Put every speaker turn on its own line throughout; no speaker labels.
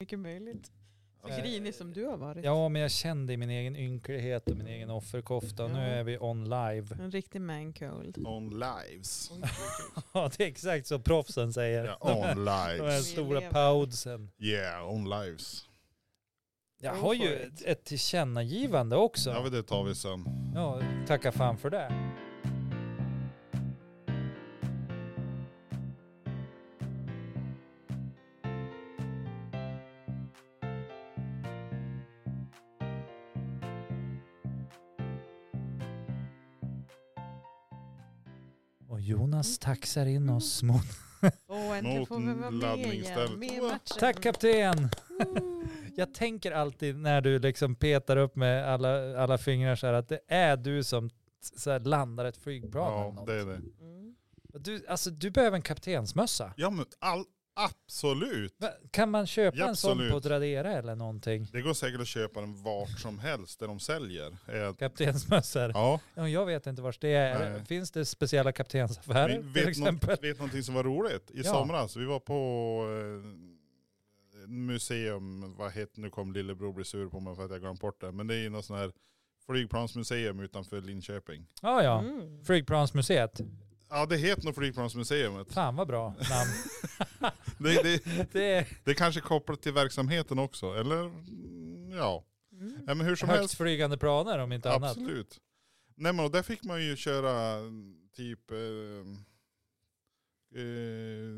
Mycket möjligt.
Mm.
Så
Eh,
grinig som du har varit.
Ja, men jag kände i min egen ynklighet och min egen offerkofta. Nu
Ja.
är vi on live.
En riktig mancold.
On lives.
Ja, det är exakt så proffsen säger.
Ja,
de, här,
on
de här
lives.
stora paudsen.
Yeah, on lives.
Jag
Go
har
for
ju
it.
ett, ett tillkännagivande
Ja,
också.
men det tar vi sen.
Ja, tacka fan för det. Och Jonas taxar in oss mot...
Åh, äntligen
Mot
får vi vara med igen.
laddningsstället.
Med i matchen.
Tack kapten!
Woo!
Jag tänker alltid när du liksom petar upp med alla, alla fingrar så här att det är du som t- så här landar ett flygplan eller
Ja,
något.
det är det.
Mm.
Du, alltså, du behöver en kaptensmössa.
Ja, men all, absolut.
Va- Kan man köpa en sån
Absolut.
på Tradera eller någonting?
Det går säkert att köpa den vart som helst där de säljer. Eh,
Kaptensmössor.
Ja,
Ja. Jag vet inte vars det är.
Nej.
Finns det speciella
vi
kaptensaffärer till
vet,
exempel?
något, vet någonting som var roligt i
Ja.
somras. Vi var på eh, ett museum, vad heter nu kom lillebror bli sur på mig för att jag glömt bort det. Men det är ju något sån här flygplansmuseum utanför Linköping.
Ja, ja.
Mm.
Flygplansmuseet.
Ja det heter nog flygplansmuseet.
Fan vad bra namn.
Det, det,
Det är
det är kanske kopplat till verksamheten också, eller Mm, ja.
Mm.
ja men hur som
högt
helst,
flygande planer om inte annat.
absolut. Nej men och där fick man ju köra mm, typ eh, eh,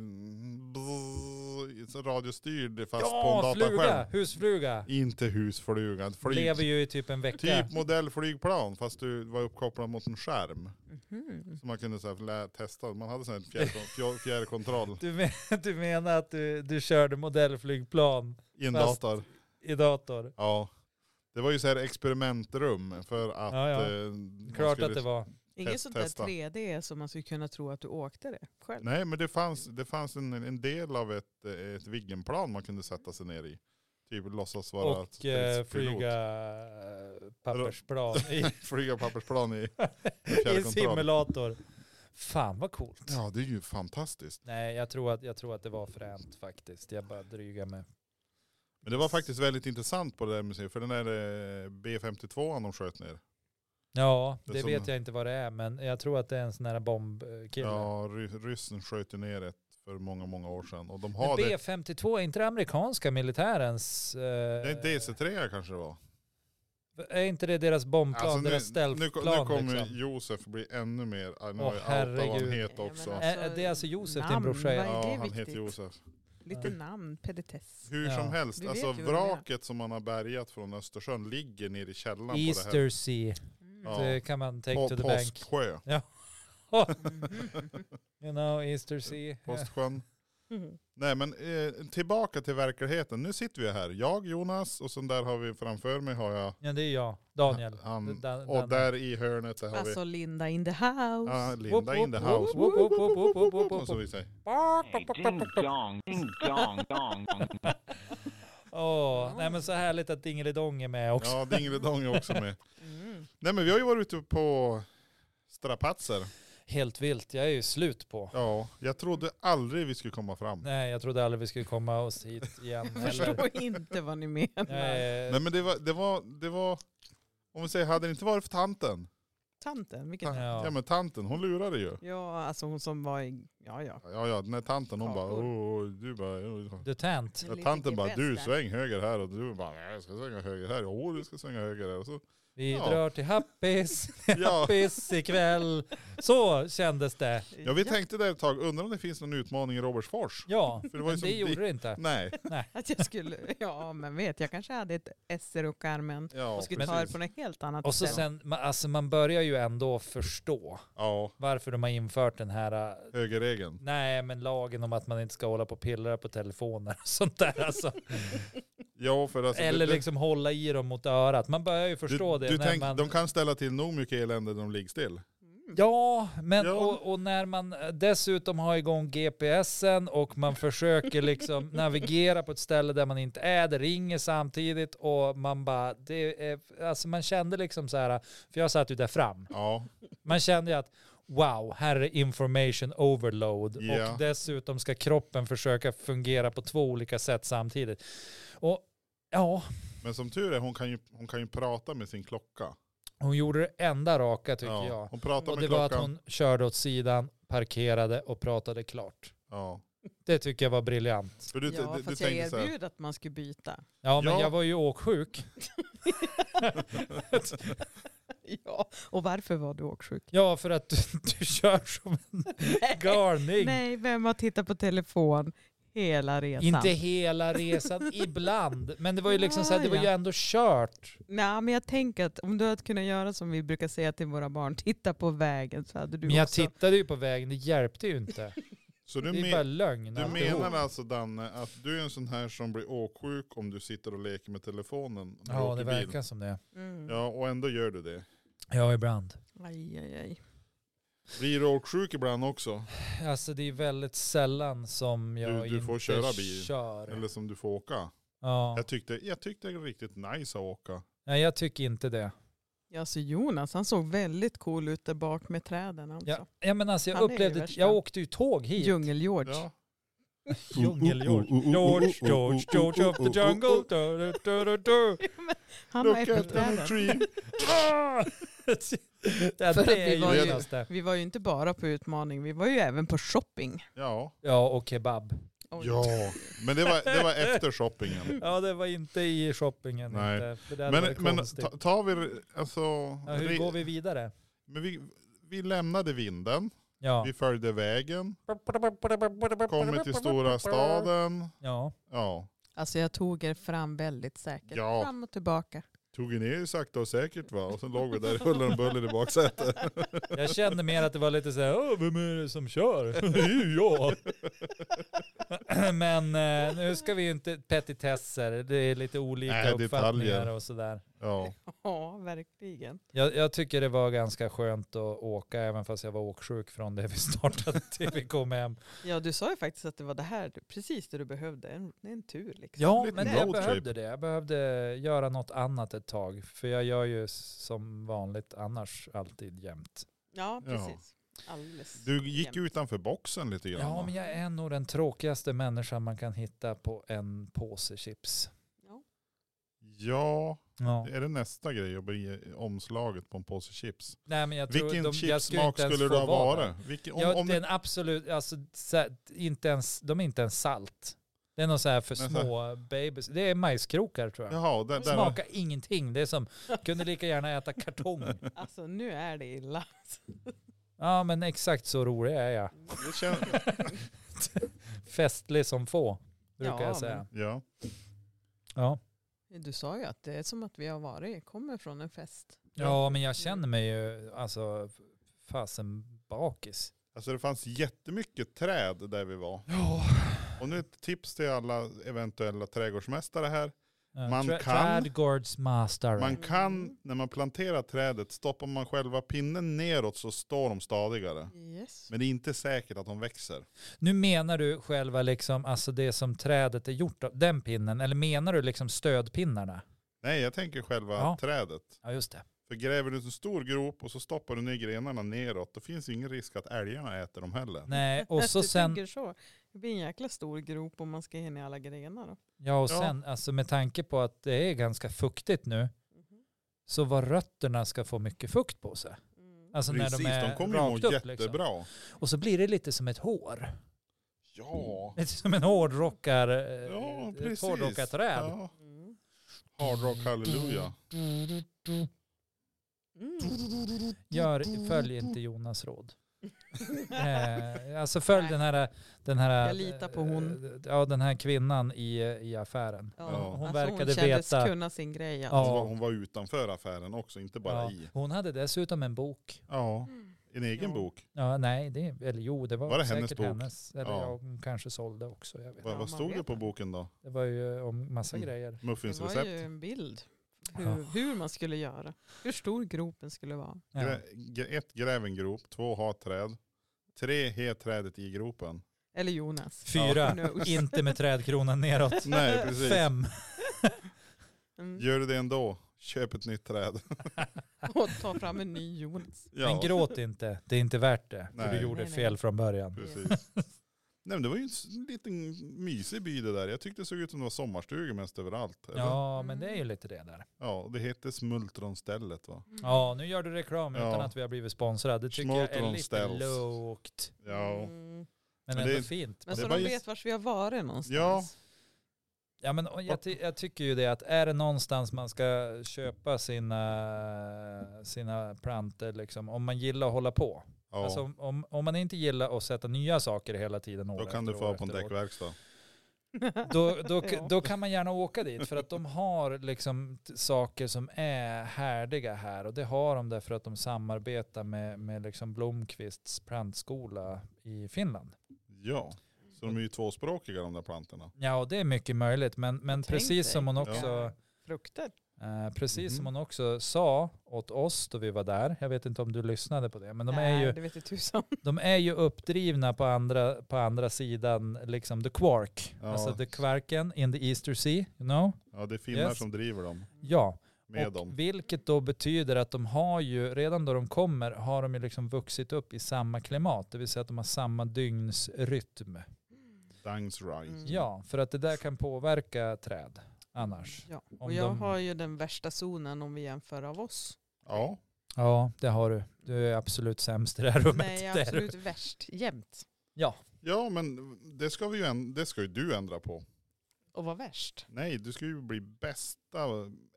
bzz, så radiostyrd fast på
Ja,
en
fluga!
dataskärm.
Husfluga!
Inte husflugan, flyg.
Lever ju i typ en vecka.
Typ modellflygplan fast du var uppkopplad mot en skärm.
Mhm.
Så man kunde så här, lä- testa, man hade sån här fjärrkon- fjär- fjärrkontroll
Du, men, du menar att du, du körde modellflygplan
i en
Fast-
dator.
i dator?
Ja. Det var ju så här experimentrum för att...
Ja, ja.
eh, man
Klart
skulle-
att det var.
Inget
Test-
sånt där
testa.
3D som man skulle kunna tro att du åkte det själv.
Nej men det fanns, det fanns en, en del av ett, eh, ett Viggenplan man kunde sätta sig ner i. Typ låtsas vara
Och eh,
stridspilot.
flyga eh, pappersplan i,
flyga pappersplan i
i
fjärrkontroll.
simulator. Fan vad coolt.
Ja det är ju fantastiskt.
Nej, jag tror, att, jag tror att det var fränt faktiskt. Jag bara drygar med.
Men det var faktiskt väldigt intressant på det där museet för den där eh, B52 de sköt ner.
Ja, det,
Det som-
vet jag inte vad det är, men jag tror att det är en sån här bombkille.
Ja, ry ryssen sköt ju ner ett för många, många år sedan. Och de
men
har det.
B-52, är inte det amerikanska militärens... eh,
Det är DC3 kanske det var.
Är inte det deras bombplan,
Alltså,
deras
nu, nu
stealthplan?
kommer
liksom?
Josef bli ännu mer, ah, nu
Åh,
har jag outat vad han
herregud.
heter
Ja,
också.
men
Är- är det är alltså Josef, din
Namn,
brorsa?
vad-
Ja.
Nej, det
Ja,
är
han heter
viktigt.
Josef.
Lite namn, pedetess.
Hur
Ja.
som helst,
Vi vet
alltså
ju vad det är.
vraket som man har bärgat från Östersjön ligger nere i källaren på det här.
Easter Sea,
Mm.
Ja.
det kan man take
På
to the bank.
Påsksjö.
Mhm.
You know, Easter Sea.
Påsksjön.
Mhm.
Nej men eh, tillbaka till verkligheten. Nu sitter vi här. Jag, Jonas och sen där har vi framför mig har jag
Ja, det är jag, Daniel.
Han,
Dan-
och
Dan-
där i hörnet där har vi
Alltså Linda in the house.
ah,
Whoop,
Linda
whoop,
in the
whoop,
house.
whoop, whoop, whoop, whoop, whoop, whoop,
Och så
whoop.
vi säger,
Ding dong, ding dong, dong.
Åh, nej men så härligt att Dingelidong är med också.
ja Dingelidong är också med.
Mm.
Nej men vi har ju varit ute på strapatser.
Helt vilt, jag är ju slut på.
Ja, jag trodde aldrig vi skulle komma fram. Nej,
Nej, jag trodde aldrig vi skulle komma oss hit igen
Jag
heller.
förstår inte vad ni menar.
Nej,
men det var, det var, det var, om vi säger hade det inte varit för tanten.
Tanten, vilken
Ta-
Ja.
ja. men tanten, hon lurade ju.
Ja, alltså hon som var i... Ja, ja.
Ja ja, den här tanten hon bara,
Kakor.
oh, oh, du bara, oh, oh.
du tänt.
Ja, tanten bara, du sväng höger här och du bara, nej jag ska svänga höger här, jo du ska svänga höger här. Och så,
Vi
Ja.
drar till Happis,
ja.
Happis ikväll. Så kändes det.
ja vi tänkte där ett tag, undrar om det finns någon utmaning i Robertsfors?
Ja,
För det var ju
men
som
det gjorde
di-
det inte.
Nej.
Att jag skulle... Ja, men vet, jag kanske hade ett esser och armen
Ja,
och skulle
precis.
ta det på något helt annat
Och så
Mm.
sätt.
sen, ma- alltså man börjar ju ändå förstå
Ja,
varför de har infört den här, äh,
högerregeln.
nej men lagen om att man inte ska hålla på och pillra på telefoner och sånt där alltså.
Ja, för alltså,
Eller
du-
liksom hålla i dem mot örat. Man börjar ju
du,
förstå
du,
det.
Du
när
tänk,
man...
De kan ställa till nog mycket elände när de ligger still.
Ja, men
Ja.
Och, och när man eh, dessutom har igång GPSen och man försöker liksom navigera på ett ställe där man inte är, det ringer samtidigt och man bara, det är, alltså man kände liksom så här, för jag satt ju där fram,
Ja,
man kände ju att wow, här är information overload.
Ja.
Och dessutom ska kroppen försöka fungera på två olika sätt samtidigt. Och ja,
Men som tur är, hon kan ju, hon kan ju prata med sin klocka.
hon gjorde det enda raka tycker
ja.
jag.
Hon pratar
Och
med
det var
klockan.
att hon körde åt sidan, parkerade och pratade klart.
ja.
Det tycker jag var briljant.
För du,
ja,
du, du,
fast jag
tänker så här,
erbjöd att man skulle byta.
Ja, men
Ja.
jag var ju åksjuk.
Ja, och varför var du åksjuk?
Ja, för att du, du kör som en galning.
Nej, vem har tittat på telefon hela resan?
Inte hela resan, ibland. Men det var ju liksom så här, det var ju
Ja, ja.
ändå kört.
Nej, men jag tänker att om du hade kunnat göra som vi brukar säga till våra barn, titta på vägen så hade du
Men jag
också...
tittade ju på vägen, det hjälpte ju inte.
så
Det
du,
är bara
men,
lögn
du
alltihop.
menar alltså Danne att du är en sån här som blir åksjuk om du sitter och leker med telefonen när du
Ja,
åker
det
bil?
verkar som det.
Mm.
Ja, och ändå gör du det.
Ja, ibland.
Aj, aj, aj.
Blir du åksjuk ibland också?
Alltså det är väldigt sällan som jag
Du- du får
inte
köra bil.
kör.
Eller som du får åka?
Ja.
Jag, tyckte, jag tyckte det var riktigt nice att åka.
Nej, jag tycker inte det.
Ja, så Jonas, han såg väldigt cool ut där bak med träden. Alltså.
Jag, ja, men alltså, jag
Han är ju
upplevde,
värsta.
jag åkte ju tåg hit.
Djungel-George.
Ja.
Djungel-George. George, George, George of the jungle. Du, du, du, du, du.
Han var
Look at the
äppelträden.
tree.
Ah! Ja,
För att
det är
vi var
ju
ju-
endaste.
Vi var ju inte bara på utmaning, vi var ju även på shopping.
Ja.
Ja, och kebab.
Oj.
ja, men det var, det var efter shoppingen.
Ja, det var inte i shoppingen.
Nej.
Inte, för det
Men,
men,
men ta- tar vi, alltså,
ja, hur
re-
går vi vidare?
Men vi, vi lämnade vinden,
Ja.
vi följde vägen, kommer till stora staden.
Ja.
Ja,
Alltså jag tog er fram väldigt säkert.
Ja.
Fram och tillbaka.
tog ju ner sakta och säkert va, och sen låg vi där i huller och buller i baksätet.
Jag kände mer att det var lite så här, "Åh, vem är det som kör? Det är ju jag. Men eh, nu ska vi ju inte petitesser, det är lite olika
Nej, detaljer.
uppfattningar och sådär.
Ja,
Ja, verkligen.
Jag, jag tycker det var ganska skönt att åka även fast jag var åksjuk från det vi startade till vi kom hem.
Ja, du sa ju faktiskt att det var det här, du- precis det du behövde. En, en tur liksom.
Ja,
Lite
men jag
roadtrip.
behövde det. Jag behövde göra något annat ett tag. För jag gör ju som vanligt annars alltid jämt.
Ja,
Ja.
precis. Alldeles.
du gick
jämt.
utanför boxen lite grann.
Ja,
va?
men jag är nog den tråkigaste människan man kan hitta på en påse chips.
ja,
Ja.
är det nästa grej att bli omslaget på en påse chips?
Nej, men jag tror
Vilken
de, jag
chipssmak
inte ens
skulle
få
du ha
vara där.
varit? Vilken, om,
ja,
om
det är en absolut, alltså, så här, inte ens, de är inte ens salt. Det är något så här för
Men så här-
små babys. Det är majskrokar tror jag.
Jaha, där, där,
Smakar ingenting. Det är som, kunde lika gärna äta kartong.
Alltså nu är det illa.
Ja men exakt så rolig är jag.
det känns,
Festlig som få, brukar
Ja,
jag säga.
ja.
Ja.
Du sa ju att det är som att vi har varit, kommer från en fest.
ja, men jag känner mig ju, alltså, fasen bakis.
Alltså det fanns jättemycket träd där vi var.
Ja.
Och nu ett tips till alla eventuella trädgårdsmästare här. Man
Tra-
kan-
Trädgårdsmästare.
Man
Mm.
kan, när man planterar trädet, stoppar man själva pinnen neråt så står de stadigare.
Yes.
Men det är inte säkert att de växer.
Nu menar du själva liksom, alltså det som trädet är gjort av, den pinnen, eller menar du liksom stödpinnarna?
Nej, jag tänker själva
Ja.
trädet.
Ja just det.
För gräver du en stor grop och så stoppar du ner grenarna neråt, då finns ju ingen risk att älgarna äter dem heller.
Nej, och så
du
sen,
tänker så. Det blir en jäkla stor grop om man ska hinna i alla grenar. Då.
ja och
Ja.
sen, alltså med tanke på att det är ganska fuktigt nu, så vad rötterna ska få mycket fukt på sig.
Mm.
Alltså
Precis,
när de är
de kommer ju
rakt
må
upp liksom.
jättebra.
Och så blir det lite som ett hår.
Ja.
Lite som en hårdrockar, eh,
Ja,
ett
precis.
hårdrockarträd.
Ja.
Mm.
Hard rock hallelujah.
Mm.
Gör, följ inte Jonas råd. Eh, alltså följ den här, den här...
Jag litar på hon.
eh, Ja, den här kvinnan i, i affären.
Ja,
Ja.
hon
Hon
verkade
verkade
Alltså, hon kändes
veta.
kunna sin grej.
Ja.
Alltså.
Hon var- Hon var utanför affären också, inte bara
ja,
i.
hon hade dessutom en bok.
Ja, en egen
Ja.
bok.
Ja, nej, det, eller jo, det var,
Var det
säkert
hennes
hennes.
bok?
eller
Ja.
ja. hon kanske sålde också. Jag
Vad,
vet.
Ja, man
vad stod det
vet
på
det.
boken då?
Det var ju om massa
Mm.
grejer.
Det var ju
Muffinsrecept?
en bild
Ja.
hur, hur man skulle göra. Hur stor gropen skulle vara.
Ja.
Grä, gr- ett gräv en grop, två ha ett träd, tre he trädet i gropen.
Eller Jonas.
Fyra,
Ja.
inte med trädkronan neråt.
Nej, precis.
Fem,
Mm.
Gör du det ändå? Köp ett nytt träd.
Och ta fram en ny Jonas.
Ja,
Men gråt inte, det är inte värt det. För du
Nej.
gjorde
Nej, nej.
fel från början.
precis. Nej men det var ju en s- liten mysig by det där. Jag tyckte det såg ut som det var sommarstugor mest överallt. eller?
Ja, men det är ju lite det där.
ja och det hette Smultronstället va?
Ja, nu gör du reklam utan
Ja.
att vi har blivit sponsrade. Det tycker jag är lite
Smultronställs.
lågt.
Ja.
Mm.
Men
Men
ändå
det är-
fint.
Men
Det
så
var
de
ju-
vet vars vi har varit någonstans.
Ja.
Ja, men och jag, ty- jag tycker ju det att är det någonstans man ska köpa sina, sina plantor, liksom, om man gillar att hålla på.
Ja,
Alltså, om- om, om man inte gillar att sätta nya saker hela tiden år
då kan
efter
du
år
få på en
efter år,
däckverkstad.
då, då,
Ja.
då kan man gärna åka dit för att de har liksom t- saker som är härdiga här och det har de därför att de samarbetar med, med liksom Blomqvists plantskola i Finland.
Ja, så de är ju tvåspråkiga de där plantorna.
Ja och det är mycket möjligt men, men
Tänk
precis som
dig.
hon också
Ja. Frukter.
Eh, precis som
Mhm.
hon också sa åt oss då vi var där, jag vet inte om du lyssnade på det, men de är
Nej,
ju,
Det vet jag tusan.
de är ju uppdrivna på andra, på andra sidan liksom the quark,
Ja.
alltså the kvarken in the easter sea, you know?
Ja det är finnar
Yes.
som driver dem
Ja,
med
och
dem.
vilket då betyder att de har ju, redan då de kommer har de ju liksom vuxit upp i samma klimat, det vill säga att de har samma dygnsrytm.
Thanks right.
Mm.
Ja, för att det där kan påverka träd annars.
Ja.
Om
Och jag
de-
har ju den värsta zonen om vi jämför av oss.
Ja,
Ja, det har du. Du är absolut sämst i det här rummet.
Nej, jag
Det
är
är du.
absolut värst jämt.
ja men det ska, vi ju änd- det ska ju du ändra på.
Och var värst.
Nej, du ska ju bli bästa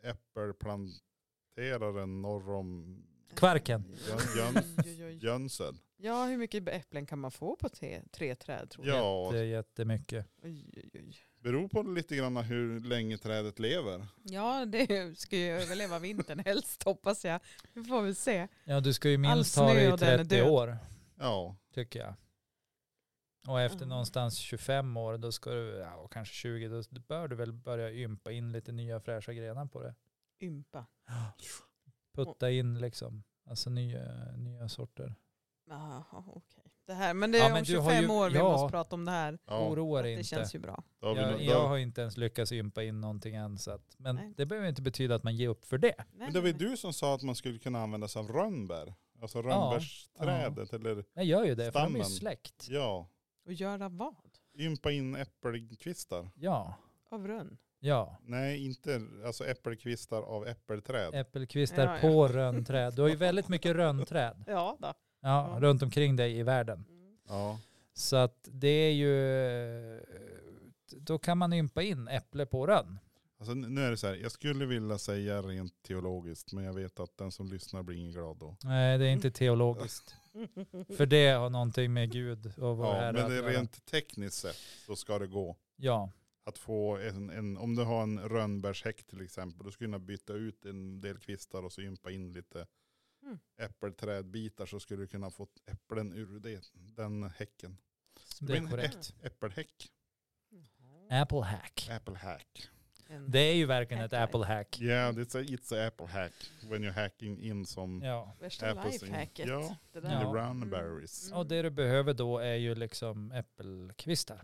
äppelplanteraren norr om
Kvarken.
Jön- Jön-
Oj, oj, oj.
Jönsel.
Ja, hur mycket äpplen kan man få på tre, tre träd tror jag?
Ja,
Det är jättemycket.
Oj, oj, oj.
beror på lite grann hur länge trädet lever.
Ja, det ska ju överleva vintern helst hoppas jag. Vi får väl se.
Ja, du ska ju minst
All
ha det
snö
i
och den är
30
död.
år,
Ja,
tycker jag. Och efter
Mm.
någonstans 25 år, då ska du, ja, och kanske 20, då bör du väl börja ympa in lite nya fräscha grenar på det.
Ympa.
Putta in liksom, alltså nya, nya sorter.
Jaha, okej. Det här, men det är
Ja, men
om
du har
25
ju-
år vi
ja.
måste prata om det här.
ja
Oroa dig
Det
inte.
känns ju bra.
då har vi,
Jag,
nog-
jag
då,
har inte ens lyckats ympa in någonting än. Så att, men
Nej.
det behöver inte betyda att man ger upp för det.
Nej,
men det var ju
nej, nej.
du som sa att man skulle kunna använda sig av rönnbär. Alltså rönnbärsträdet eller
Jag gör ju det, för de är ju
Stammen.
släkt.
ja,
Och göra vad?
ympa in äppelkvistar.
Ja,
Av rönn?
ja.
Nej, inte alltså äppelkvistar av äppelträd.
Äppelkvistar
Ja, ja.
på rönnträd. Du har ju väldigt mycket rönnträd
Ja, då.
ja,
Ja.
runt omkring dig i världen.
Mm.
Ja,
Så att det är ju, då kan man ympa in äpple på rönn.
alltså nu är det så här, jag skulle vilja säga rent teologiskt, men jag vet att den som lyssnar blir ingen glad då.
Nej, det är inte teologiskt. För det har någonting med Gud och vår
Ja,
Herre
men
att
det är
göra.
rent tekniskt sett så ska det gå.
Ja,
Att få en, en om du har en rönnbärshäck till exempel, då skulle du kunna byta ut en del kvistar och så ympa in lite
Mm.
äppelträdbitar så skulle du kunna få äpplen ur det, den häcken.
det
Men
är korrekt.
äpp- Äppelhäck,
Apple hack.
apple hack.
En-
Det är ju verkligen ett
Apple
apple hack.
Yeah, it's a, it's a apple hack when you're hacking in som
Ja.
Värsta
Apples in.
lifehacket.
Äh, Ja.
Det
the
där.
Ja.
runberries.
Mm.
Och det du behöver då är ju liksom äppelkvistar.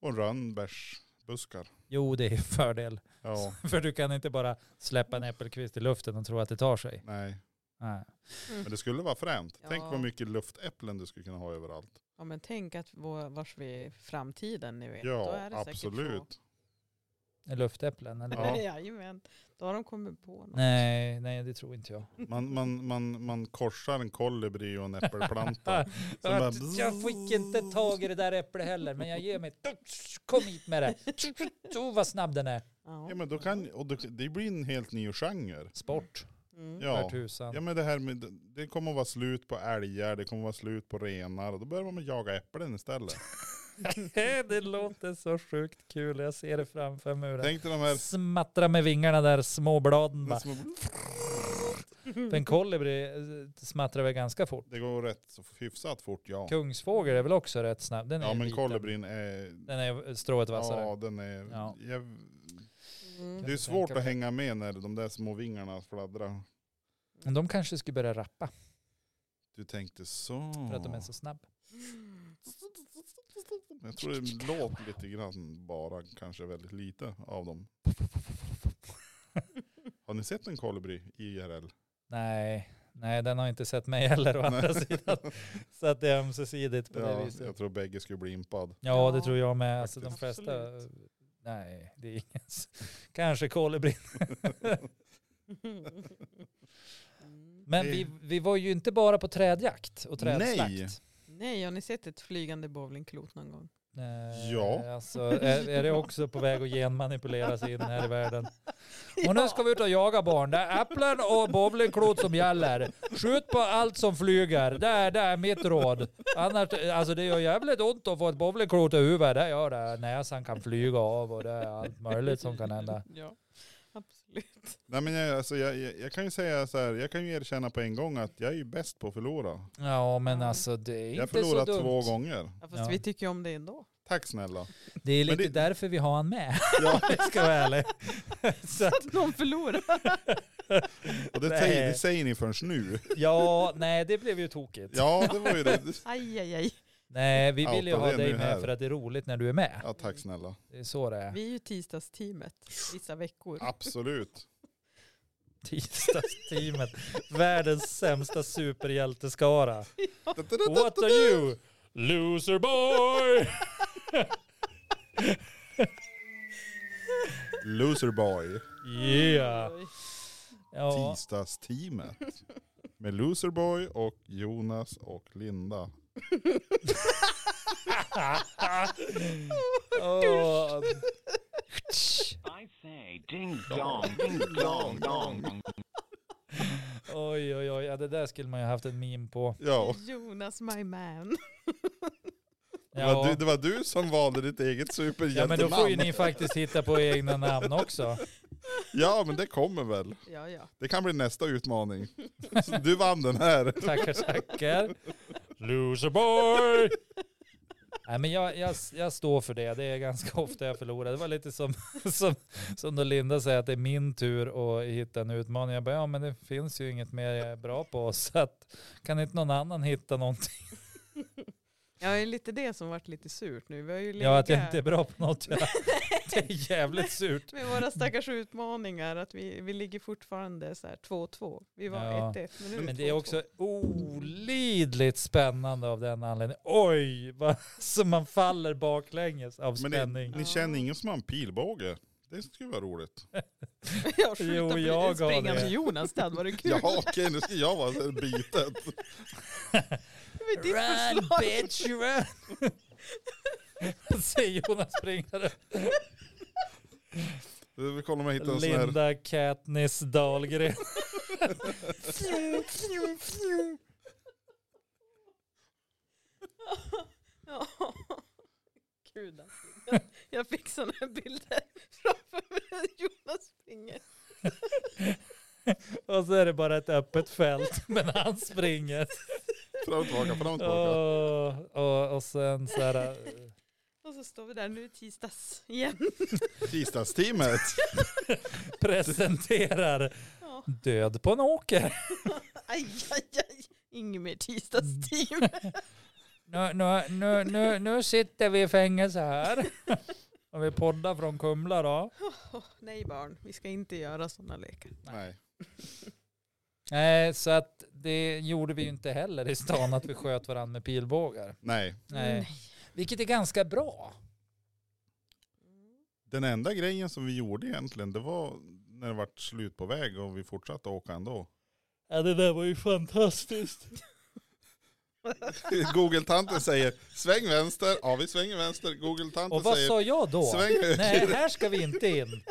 Och rönnbärsbuskar.
Jo, det är fördel.
Ja,
För du kan inte bara släppa en äppelkvist i luften och tro att det tar sig.
nej.
Nej.
Men det skulle vara fränt. Tänk
Ja.
vad mycket luftäpplen du skulle kunna ha överallt.
Ja, men tänk att vår, vars vi är i framtiden ni vet. Då
Ja,
är det Säkert
absolut.
Luftäpplen eller?
så.
Ja.
Jajamän. Då har de kommit på något.
Nej, nej det tror inte jag.
Man, man, man, man korsar en kolibri och en äppelplanta. Så bara-
jag fick inte tag i det där äpplet heller, men jag ger mig. Kom hit med det. Oh, vad snabb den är.
Ja.
Ja men då kan, och då, det blir en helt ny genre.
Sport,
Mm.
för
Ja.
tusan.
ja men det här med, det kommer att vara slut på älgar, det kommer att vara slut på renar. Och då börjar man jaga äpplen istället.
det låter så sjukt kul. Jag ser det framför muren.
Tänk dig de här,
Smattra med vingarna där, små bladen
de
bara.
små,
Mm.
För en kolibri eh, smattrar väl ganska fort.
det går rätt så hyfsat fort ja.
Kungsfågel är väl också rätt snabb. Den är
Ja men
liten.
kolibrin är,
Den är strået vassare.
ja den är,
Ja.
jag,
Mm.
det är
jag
svårt
tänka
att
mig.
hänga med när de där små vingarna fladdrar.
Men De kanske skulle börja rappa
Du tänkte så.
för att de är så snabba.
Jag tror det låter lite grann bara, kanske väldigt lite av dem. Har Har ni sett en kolibri IRL?
Nej, nej den har inte sett mig heller å andra sidan. Så att det är ömsesidigt på det
Ja,
viset.
jag tror bägge skulle bli impad.
Ja, det
Ja,
tror jag med. Alltså, de
faktiskt.
flesta... Nej, det är ingen. s- Kanske kolibrin.
Mm.
Men
Det-
vi, vi var ju inte bara på trädjakt och
Nej.
trädslakt.
Nej, har ni sett ett flygande bowlingklot någon gång?
Eh,
Ja.
Alltså, är, är det också på väg att genmanipulera sig in här i världen? Och nu
Ja.
ska vi ut och jaga barn. Det är äpplen och bowlingklot som gäller. Skjut på allt som flyger. Det är, det är mitt råd. Annars, alltså det gör jävligt ont att få ett bowlingklot i huvudet. Det gör det. Näsan kan flyga av och det är allt möjligt som kan hända.
Ja, absolut.
Nej men jag, alltså, jag, jag, jag kan ju säga så här, jag kan ju erkänna på en gång att jag är ju bäst på att förlora.
Ja men
Ja.
alltså det är
Jag
inte så
förlorat
dumt.
två gånger.
Ja, fast
Ja.
vi tycker ju om det ändå.
Tack snälla.
Det är lite
Men det-
därför vi har han med.
Ja.
Om jag ska vara ärlig. Så, att-
Att någon förlorar.
Och det,
Nej.
säger, det säger ni förrän nu.
ja, nej det blev ju tokigt.
Ja, det var ju det.
Aj, aj, aj.
Nej, vi vill ju
Outa
ha
det
dig
nu
med
här.
för att det är roligt när du är med.
Ja, tack snälla.
Det är så det är.
Vi är ju tisdagsteamet vissa veckor.
Absolut.
Tisdagsteamet. Världens sämsta superhjälteskara. What are you? Loser boy!
Loser boy.
Yeah!
Oj.
Ja,
Tisdagsteamet. Med Loser boy och Jonas och Linda.
Åh.
I say ding dong, ding dong, dong.
oj, oj, oj. Ja, det där skulle man ju haft en meme på.
Ja,
Jonas my man.
det var, du,
Ja.
det var du som valde ditt eget
ja, men
superhjältenamn.
då får ju ni faktiskt hitta på egna namn också.
Ja, men det kommer väl.
Ja, ja.
Det kan bli nästa utmaning. Så Du vann den här.
Tackar, tackar. Loser boy! Nej men jag, jag, jag står för det, det är ganska ofta jag förlorar. Det var lite som, som, som då Linda säger att det är min tur att hitta en utmaning. Jag bara, ja men det finns ju inget mer jag är bra på så att kan inte någon annan hitta någonting?
Ja, det är lite det som varit lite surt nu. Vi har ju
Ja att jag
legat
inte är bra på något. Jag, det är jävligt surt.
med våra stackars utmaningar att vi, vi ligger fortfarande så här 2-2. Vi var 1-1
Ja.
men nu är
Men det är
2-2.
också olidligt spännande av den anledningen. Oj, vad, så man faller baklänges av
Men ni,
spänning.
ni känner ingen som har en pilbåge? Det skulle vara roligt.
Jag skjuter
Jo,
på
jag har
springa
det.
till Jonas, det hade varit kul.
Ja, okej, nu ska jag vara bitet.
Det var ditt
Run
förslag.
bitch run! Säger Jonas springare.
Vi kollar om jag hittar en sån här.
Linda Katniss Dahlgren.
Ja. Gud, alltså. jag, jag fick sådana här bilder framför mig när Jonas springer.
Och så är det bara ett öppet fält. Men han springer.
Fram och tillbaka, fram och tillbaka.
Och, och, och sen så här. eh,
Och så står vi där, nu är tisdags igen.
Tisdagsteamet.
Presenterar
Ja.
Död på en åker.
Aj, aj, aj. Inget mer tisdagsteam.
Nu, nu, nu, nu, nu sitter vi i fängelse här. Och vi poddar från Kumla då.
Nej barn, vi ska inte göra sådana lekar.
Nej.
Nej, så att det gjorde vi ju inte heller i stan att vi sköt varandra med pilbågar.
Nej.
Nej. Vilket är ganska bra.
Den enda grejen som vi gjorde egentligen, det var när det var slut på väg och vi fortsatte åka ändå.
Ja det där var ju fantastiskt.
Google-tanten säger sväng vänster, ja vi svänger vänster. Google-tanten
Och vad
säger
sa jag då?
sväng
Nej
höger.
här ska vi inte in.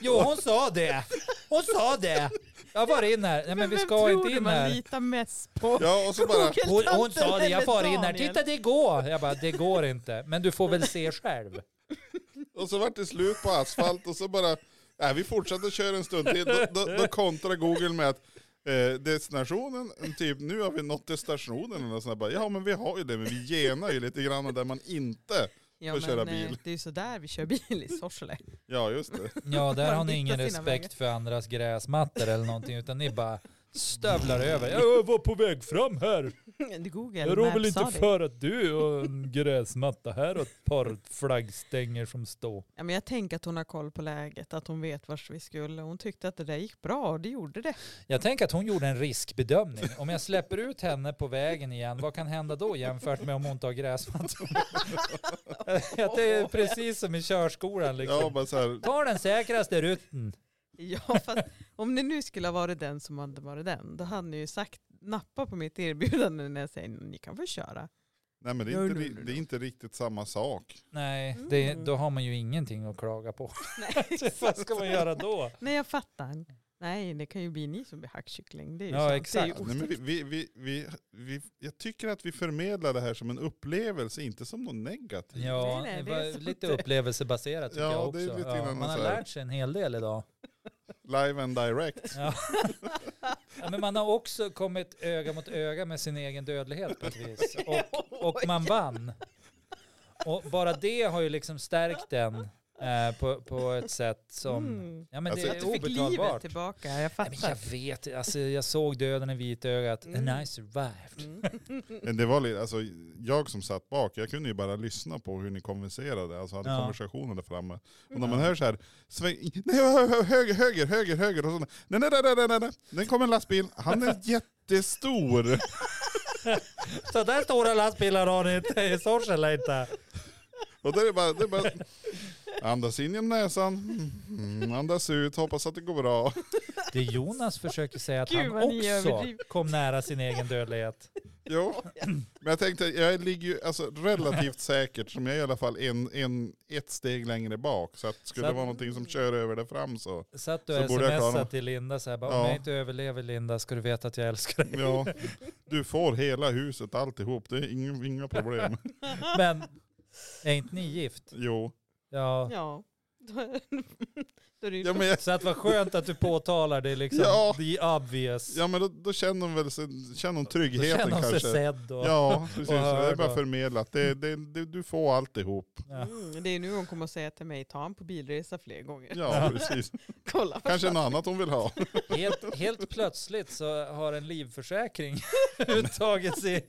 Jo hon sa det. Hon sa det. Jag var in här. Nej men vi
Vem
ska
tror
inte
du
in
man
här.
litar mest på?
Ja och så bara,
Hon,
Google-tanten
hon sa det, jag
eller
far in här.
Daniel?
Titta det går. Jag bara det går inte. Men du får väl se själv.
och så vart det slut på asfalt och så bara, nej vi fortsatte köra en stund till. Då, då, då kontrar Google med att eh, destinationen, typ nu har vi nått till stationen och sådär bara, ja men vi har ju det men vi genar ju lite grann där man inte,
Ja,
får köra
men, eh,
bil.
Det är ju sådär vi kör bil i Sorsele.
ja just det.
Ja där har
Man
ni ingen
hittar sina
respekt för andras gräsmattor eller någonting. Utan ni bara stövlar över. Jag var på väg fram här.
Google
Jag rår väl inte
sa det.
för att du och en gräsmatta här och ett par flaggstänger som står.
Ja, men jag tänker att hon har koll på läget, att hon vet vart vi skulle. Hon tyckte att det där gick bra och det gjorde det.
Jag tänker att hon gjorde en riskbedömning. Om jag släpper ut henne på vägen igen, vad kan hända då jämfört med om hon inte har gräsmatta? Att det är precis som i körskolan
Ja,
liksom.
bara så här.
Ta den säkraste rutten.
Ja, fast om ni nu skulle ha varit den som hade varit den, då hade ni ju sagt nappa på mitt erbjudande när jag säger ni kan få köra.
Nej men det är,
No,
inte,
no,
ri-
no, no.
det är inte riktigt samma sak.
Nej,
Mm.
det, då har man ju ingenting att klaga på. Vad ska man göra då?
Nej, jag fattar. Nej, det kan ju bli ni som blir hackkyckling. Det är ju
Ja,
sant.
exakt.
Det är ju
Nej, men vi, vi, vi, vi, vi, jag tycker att vi förmedlar det här som en upplevelse, inte som något negativt.
Ja,
Nej, nej,
det
det är
var
sant.
lite upplevelsebaserat tycker
Ja,
jag
det är
också.
lite
Ja,
grann
man har
så här.
lärt sig en hel del idag.
Live and direct.
Ja. Ja, men man har också kommit öga mot öga med sin egen dödlighet på ett vis. Och, och man vann. Och bara det har ju liksom stärkt den eh, på, på ett sätt som...
Mm.
Ja men
Alltså,
det
Att
är
du fick livet
obetalbart.
tillbaka, jag
Nej,
fattar.
men jag vet, alltså, jag såg döden i vitögat
Mm.
and I survived.
Mm.
Men Det var lite, alltså, jag som satt bak, jag kunde ju bara lyssna på hur ni konverserade, alltså hade
Ja.
konversationen där framme. Och när
Ja.
man hör så här, sväng, nej, hö- hö- höger, höger, höger, höger, och så, nej, nej, nej, nej, nej, nej, nej, den kom en lastbil, han är jättestor.
Så där stora lastbilar har ni inte i Sorsele inte.
Och då är det bara, det är bara andas in genom näsan, mm, andas ut, hoppas att det går bra.
Det Jonas försöker säga att
Gud,
han
vad ni
också
överdriver.
kom nära sin egen dödlighet.
Jo, men jag tänkte, jag ligger ju alltså, relativt säkert, som jag är i alla fall en, en, ett steg längre bak, så att skulle
Så
det
att-
vara någonting som kör över det fram så,
Så att du
Så borde jag klara
smsar
mig.
till Linda så här, bara, om
Ja.
jag inte överlever Linda ska du veta att jag älskar dig.
ja, du får hela huset, alltihop, det är inga, inga problem.
Men är inte ni gift?
Jo.
Ja.
Ja, då är då är det ju
Ja men, jag,
Så att vad skönt att du påtalar det liksom.
Ja.
The obvious.
ja, men då, då känner de väl sig- känner de
Då känner
tryggheten
hon sig
kanske.
sedd och...
Ja, precis. Det är
hörd
bara
och-
förmedlat. Det, det, det, du får alltihop.
Ja.
Mm, det är nu hon kommer att säga till mig, ta han på bilresa fler gånger.
Ja, precis.
Kolla vad
Kanske något annat hon vill ha.
Helt, helt plötsligt så har en livförsäkring uttagits i,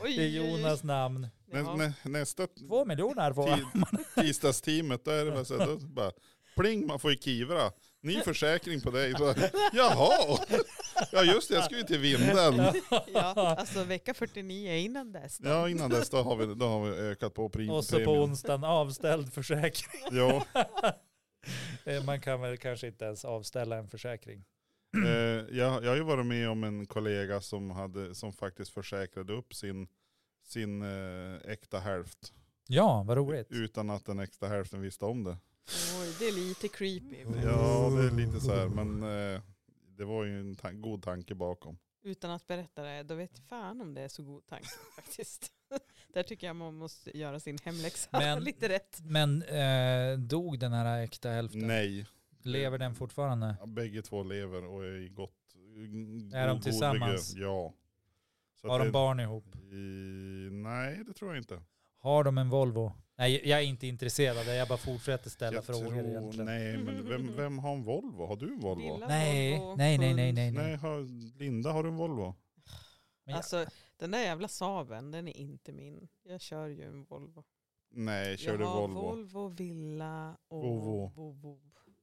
Oj,
i Jonas namn.
oj, oj.
Nä,
Ja.
nä, nästa
Två miljoner var
ti- tisdagsteamet, då är det bara så här, då bara, pling, man får ju kivra. Ny försäkring på dig. Så, Jaha! Ja just det, jag ska ju till vinden.
Ja, alltså vecka 49 är innan dess. då.
Ja, innan dess då har vi, då har vi ökat på prim-
Och så på
premien.
onsdagen avställd försäkring.
Ja,
Eh, Man kan väl kanske inte ens avställa en försäkring.
Eh, jag, jag har ju varit med om en kollega som, hade, som faktiskt försäkrade upp sin, sin eh, äkta hälft.
Ja, vad roligt.
Utan att den äkta hälften visste om det.
Oj, det är lite creepy.
Mm.
men
Ja, det är lite så här. Men eh, det var ju en tan- god tanke bakom.
Utan att berätta det, då vet jag fan om det är så god tanke faktiskt. Där tycker jag man måste göra sin hemläxa
Men-
lite rätt.
Men eh, dog den här äkta hälften?
Nej,
Lever den fortfarande?
bägge två lever och är i gott...
Är de tillsammans?
Ja. Så
Har
att
de
det-
barn ihop?
I, nej, det tror jag inte.
Har de en Volvo? Nej, jag är inte intresserad. Jag bara fortsätter ställa
jag
frågor
tror,
egentligen. Nej,
Nej, men vem, vem har en Volvo? Har du en Volvo?
Lilla
nej,
Volvo,
nej, nej, nej.
hund.
nej.
Nej, har, Linda har du en Volvo?
Men jag-
Alltså den där jävla Saaben, den är inte min. Jag kör ju en Volvo.
Nej, kör du
jag har
Volvo?
Volvo, Villa och
Volvo.
Volvo.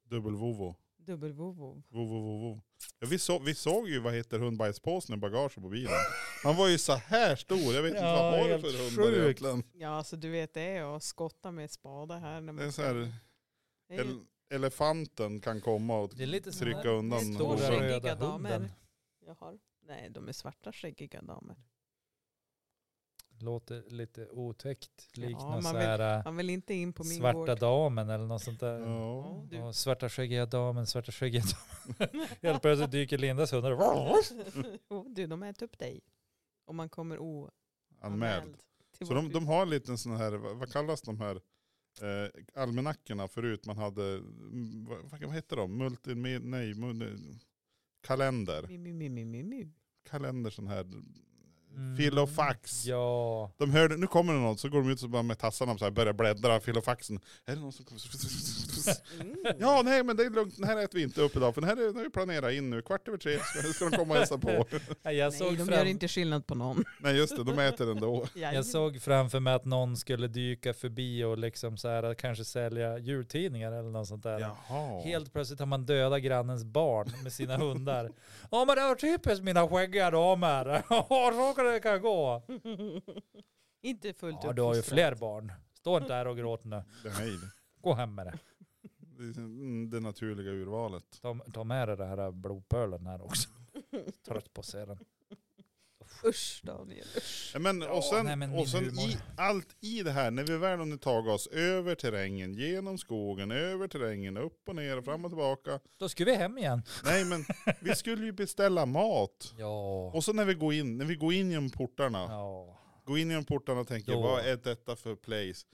Dubbel Volvo.
Dubbel-Volvo.
Volvo, Volvo. Ja, vi, så, vi såg ju vad heter hundbajspåsen i bagaget på bilen. Han var ju så här stor. Jag vet inte
Ja,
vad har du
helt
för hundar
sjukt.
egentligen.
Ja, alltså du vet det är att skotta med spada här. När man
Det är så
ska-
här,
det är ju-
ele, elefanten kan komma och
Det är lite som
Tryck-
trycka undan.
Det är
stora
Skäggiga
hoven.
röda
damer.
hunden.
jag har. Nej, de är svarta skäggiga damer.
Låter lite otäckt. Likt
Ja,
någon
man
så
vill-
här
Han vill inte in på
äh,
min
svarta
gård.
damen eller något sånt där.
Ja.
Ja, du.
Och svarta skäggiga damen, svarta skäggiga damen. Helt plötsligt dyker Lindas hundar upp.
Jo, du, de äter upp dig. Om man kommer
Anmäld.
oanmäld. till
Så
vårt
de, de har en liten sån här, vad vad kallas de här eh, almanackorna förut man hade, mm, vad, vad vad hette de? Multi, med, nej, mun- kalender.
Mm. hus. Mi, mi, mi, mi, mi, mi.
Kalender sån här. Filofax.
Mm. Ja.
De hörde, nu kommer det någon, så går de ut och bara med tassarna och så här börjar bläddra filofaxen. Är det någon som kommer?
Mm.
Ja, nej men det är lugnt, den här äter vi inte upp idag för den här är- den har vi planerat in nu. Kvart över tre ska- ska de komma och hälsa på.
Nej, Jag,
Nej,
såg
de gör
fram,
inte skillnad på någon.
Nej just det, de äter ändå.
jag
Jajamän.
såg framför mig att någon skulle dyka förbi och liksom så här, kanske sälja djurtidningar eller något sånt där.
Jaha.
Helt plötsligt har man dödat grannens barn med sina hundar. Ja men det var typiskt mina skäggiga damer. Ja så kan det kan gå.
Inte fullt
Ja du har ju
uppfostrat.
fler barn. Stå inte där och gråt nu.
Nej,
Gå hem med det.
det, är mm, det naturliga urvalet.
Ta, ta med dig den här blodpölen här också. Trött på att se den.
Usch Daniel, usch.
Ja, Men,
Ja,
och sen,
nej, men min
och sen
humor.
i, allt i det här, när vi väl har tagit oss över terrängen, genom skogen, över terrängen, upp och ner, fram och tillbaka.
Då ska vi hem igen.
Nej men vi skulle ju beställa mat.
Ja.
Och så när vi går in, när vi går in genom portarna.
Ja.
Går in genom portarna och tänker
Då. Mm.
vad är detta för place?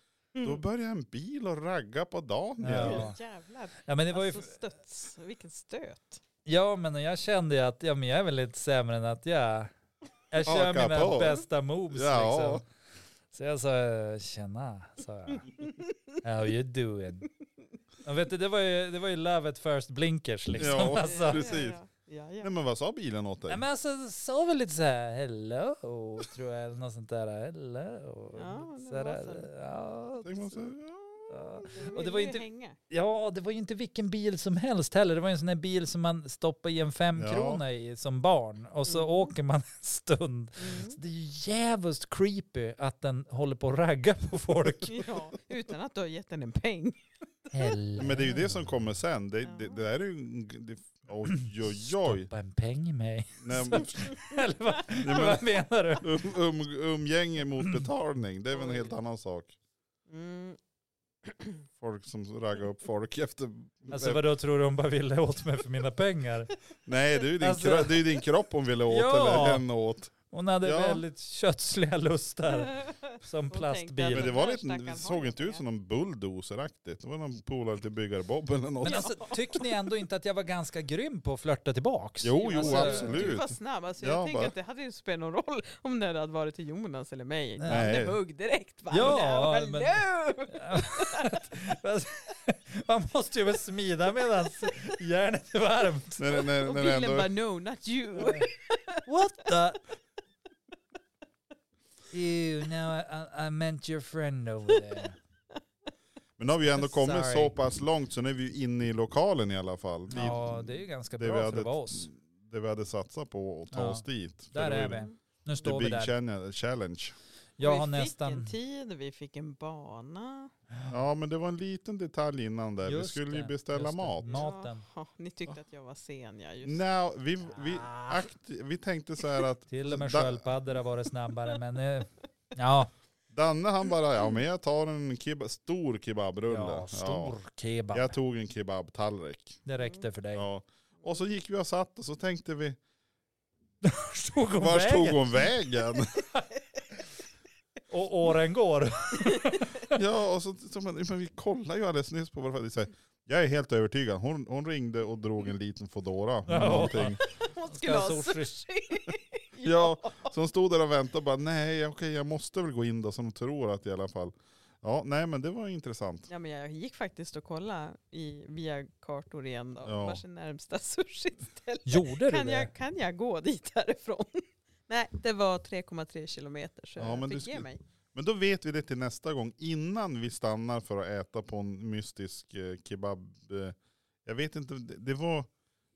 Då börjar en bil att ragga på Daniel.
Ja.
Jävlar.
ja men det var ju...
Alltså stöts. Vilken stöt.
Ja men jag kände ju att ja, men jag är väl lite sämre än att jag... Jag kör
Haka
mina
på.
bästa moves
Ja.
liksom. Så jag sa eh, tjena, sa jag. How you doing? Ja, vet du, det var ju, det var ju love at first blinkers liksom.
Ja.
Alltså.
Ja,
precis.
Ja, ja. Ja,
Nej
ja.
men vad sa bilen åt dig?
Nej men alltså sa väl lite så här hello tror jag eller något sånt där hello.
Ja,
så
det var
där,
så.
ja,
Tänker man så,
så- ja.
Den
Och det
vill
var
ju
inte-
Hänga.
ja det var ju inte vilken bil som helst heller. Det var ju en sån där bil som man stoppar i en femkrona i som barn och så
Mm.
åker man en stund.
Mm.
Det är ju jävligt creepy att den håller på att ragga på folk.
Ja, utan att du har gett den en peng.
Hello.
Men det är ju det som kommer sen. Det, det,
Ja.
det där är ju... en- Det, oj oj oj.
Stoppa en peng i mig.
Nej,
eller vad,
men-
vad menar du?
um, um, umgänge mot betalning, det är väl en
Oj.
helt annan sak.
Mm.
Folk som raggar upp folk efter...
Alltså vadå tror du hon bara ville åt mig för mina pengar?
Nej det är ju din,
Alltså-
kro- det är ju din kropp hon ville åt
Ja.
eller henne åt.
Hon hade
Ja.
väldigt köttsliga lustar. Som
tänkte
plastbil.
att-
Men det
Den
var
här
lite,
stackaren
det
har
såg
ju
inte ut
pengar.
som någon bulldozeraktigt. Det var någon polare till byggare-Bob eller något.
Men alltså, tycker ni ändå inte att jag var ganska grym på att flörta tillbaks?
Jo, jo,
Alltså,
Du
absolut.
var snabb. Alltså,
Ja,
jag tänker
bara-
att det hade ju inte spelat någon roll om det hade varit till Jonas eller mig.
Nej.
Nej. hade hugg direkt. Va?
Ja,
Hallå!
men- Man måste ju väl smida medan järnet är varmt.
När, när, när,
Och
när det
bilen
ändå,
bara no, not you.
What the? Ew, no, I, I- I meant your friend over there.
men nu har vi ju ändå kommit
Sorry.
så pass långt så nu är vi ju inne i lokalen i alla fall. Vi-
Ja, det är ju ganska
det vi
bra för
hade-
att vara oss.
Det vi hade satsat på och ta
Ja.
oss dit. För
Där
det var
är
ju
vi. Nu
The
står vi
big
där.
challenge- challenge.
Jag
vi
har
fick en
nästan...
tid, vi fick en bana.
Ja men det var en liten detalj innan där. vi
Just
skulle ju
det,
beställa
just det. Mm,
mat.
Maten.
Jaha, ni tyckte att jag var sen, ja. Just.
Nej, vi, vi,
Ah.
akt, vi tänkte så här att
Till och med
Da-
sköldpaddor har varit snabbare, men eh, ja.
Danne han bara, ja men jag tar en keba, stor kebabrulle.
ja, stor
Ja,
kebab.
jag tog en kebabtallrik.
Det räckte för dig.
Ja. Och så gick vi och satt och så tänkte vi,
Stod hon
vart
vägen?
tog hon vägen?
Och åren går.
ja, och så, så men, men vi kollade ju alldeles nyss på varför det säger. Jag är helt övertygad, hon, hon ringde och drog en liten Foodora.
Ja.
Ja. Någonting.
Hon
skulle
skulle
ha
ha
sushi.
sushi.
Ja, så hon stod där och väntade och bara, nej okej jag måste väl gå in då som tror att i alla fall. Ja, nej men det var ju intressant.
ja, men jag gick faktiskt och kollade i, via kartor igen då.
Ja.
Vars är närmsta sushi
Gjorde du
kan
det?
jag, kan jag gå dit härifrån? Nej, det var 3,3 kilometer så
Ja, men
jag
du
fick
skulle-
ge mig.
Men då vet vi det till nästa gång innan vi stannar för att äta på en mystisk eh, kebab. eh, Jag vet inte, det det var,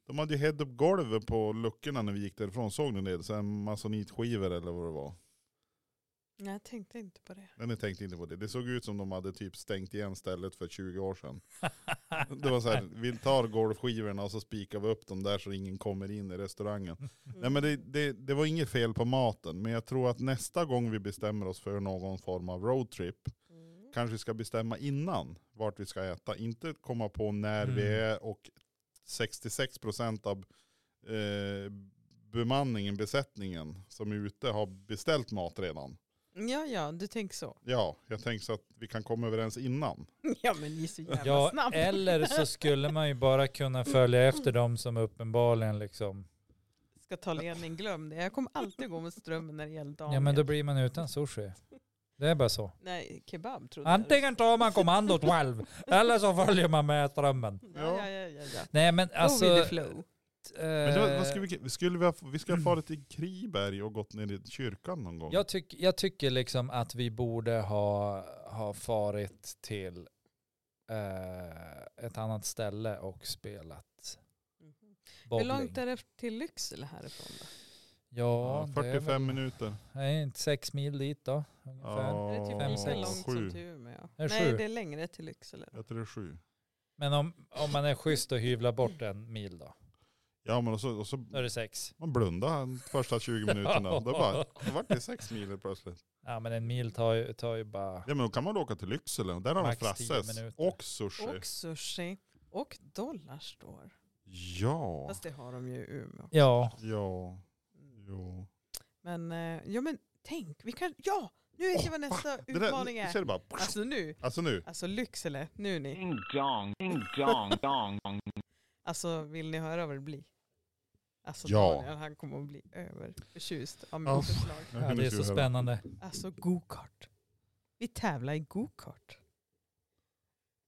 de hade ju head up golvet på luckorna när vi gick därifrån. Såg ni det? Så här masonitskivor eller vad det var.
Nej, jag tänkte inte på det.
Men ni tänkte inte på det. Det såg ut som de hade typ stängt igen stället för 20 år sedan. Det var så här, vi tar golvskivorna och så spikar vi upp dem där så ingen kommer in i restaurangen. Nej men det, det, det var inget fel på maten. Men jag tror att nästa gång vi bestämmer oss för någon form av roadtrip
Mm.
kanske ska bestämma innan vart vi ska äta. Inte komma på när
Mm.
vi är och 66% av eh, bemanningen, besättningen som är ute har beställt mat redan.
Ja, ja, du tänker så.
Ja, jag tänker så att vi kan komma överens innan.
Ja, men ni är så jävla
Ja,
snabba.
eller så skulle man ju bara kunna följa efter dem som uppenbarligen liksom
ska ta ledning, glöm det. Jag kommer alltid gå med strömmen när det gäller Daniel.
Ja men då blir man utan sushi. Det är bara så.
Nej, kebab trodde
Antingen tar man kommandot själv eller så följer man med strömmen.
jag. Ja, ja, ja, ja, ja.
Nej men alltså.
Go with the flow.
Men det var, vad
eh,
skulle vi, skulle vi, ha, vi ska ha farit till Kriberg och gått ner i kyrkan någon gång.
Jag, tyck, jag tycker liksom att vi borde ha, ha farit till eh, ett annat ställe och spelat
Mhm. Hur
bowling.
långt är det till Lycksele härifrån då?
Ja,
Ja,
det är
45
väl-
minuter.
Nej, inte sex mil dit då. Ungefär.
Ja,
Är det
fem,
typ lika
sex,
långt
sju.
som till Umeå?
Är det
Nej,
sju?
det är längre till Lycksele.
Jag tror det är sju.
Men om, om man är schysst och hyvlar bort en mil då,
Ja men och så, och så
då är det sex.
man blundar de första 20 minuterna. Då bara, då vart det sex mil plötsligt.
Ja men en mil tar ju, tar ju bara...
Ja men då kan man åka till Lycksele. Där har de
Max 10
Frasses.
minuter.
Och sushi.
Och sushi. Och dollarstore.
Ja.
Fast det har de ju i Umeå.
Ja,
Ja.
Mm.
Jo.
Men, eh, ja men tänk, vi kan, ja! Nu vet jag vad nästa
Det där,
utmaning
nu
är.
ser det bara.
Alltså nu,
Alltså nu.
alltså Lycksele, nu ni.
Ding dong, ding dong, dong dong.
Alltså vill ni höra vad det blir? Alltså
Ja.
Daniel, han kommer att bli överförtjust av
Ja.
mitt förslag.
Jag
ja
hinner
det är
tjurhöra.
så spännande.
Alltså go-kart. Vi tävlar i go-kart.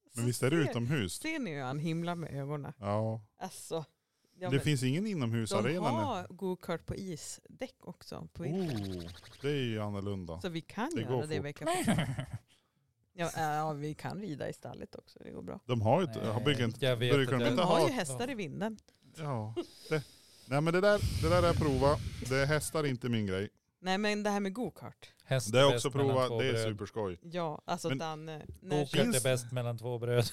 Alltså,
Men visst är det
ser,
utomhus?
ser ni hur han himlar med ögonen?
Ja.
Alltså. Ja,
Det
men
finns ingen
de
inomhusarena. nu.
har go-kart på isdäck också. På vintern.
Oh, det är ju annorlunda.
Så vi kan
Det går
göra det i
fort.
vecka på. Ja, äh, ja, vi kan rida i stallet också. Det går bra.
De har ju ett, har byggt
jag vet
brukar
att
de
De
inte
jag-
har
ha-
ju hästar i vinden.
Ja. Det, nej men det där, det där har jag provat. Det är hästar inte min grej.
Nej men det här med go-kart.
Häst
Det har jag
är
också
bäst mellan
provat.
två
Det är
bröd.
superskoj.
Ja, alltså
Men-
Danne. När
Gokart
kör,
Finns-
är bäst mellan två bröd.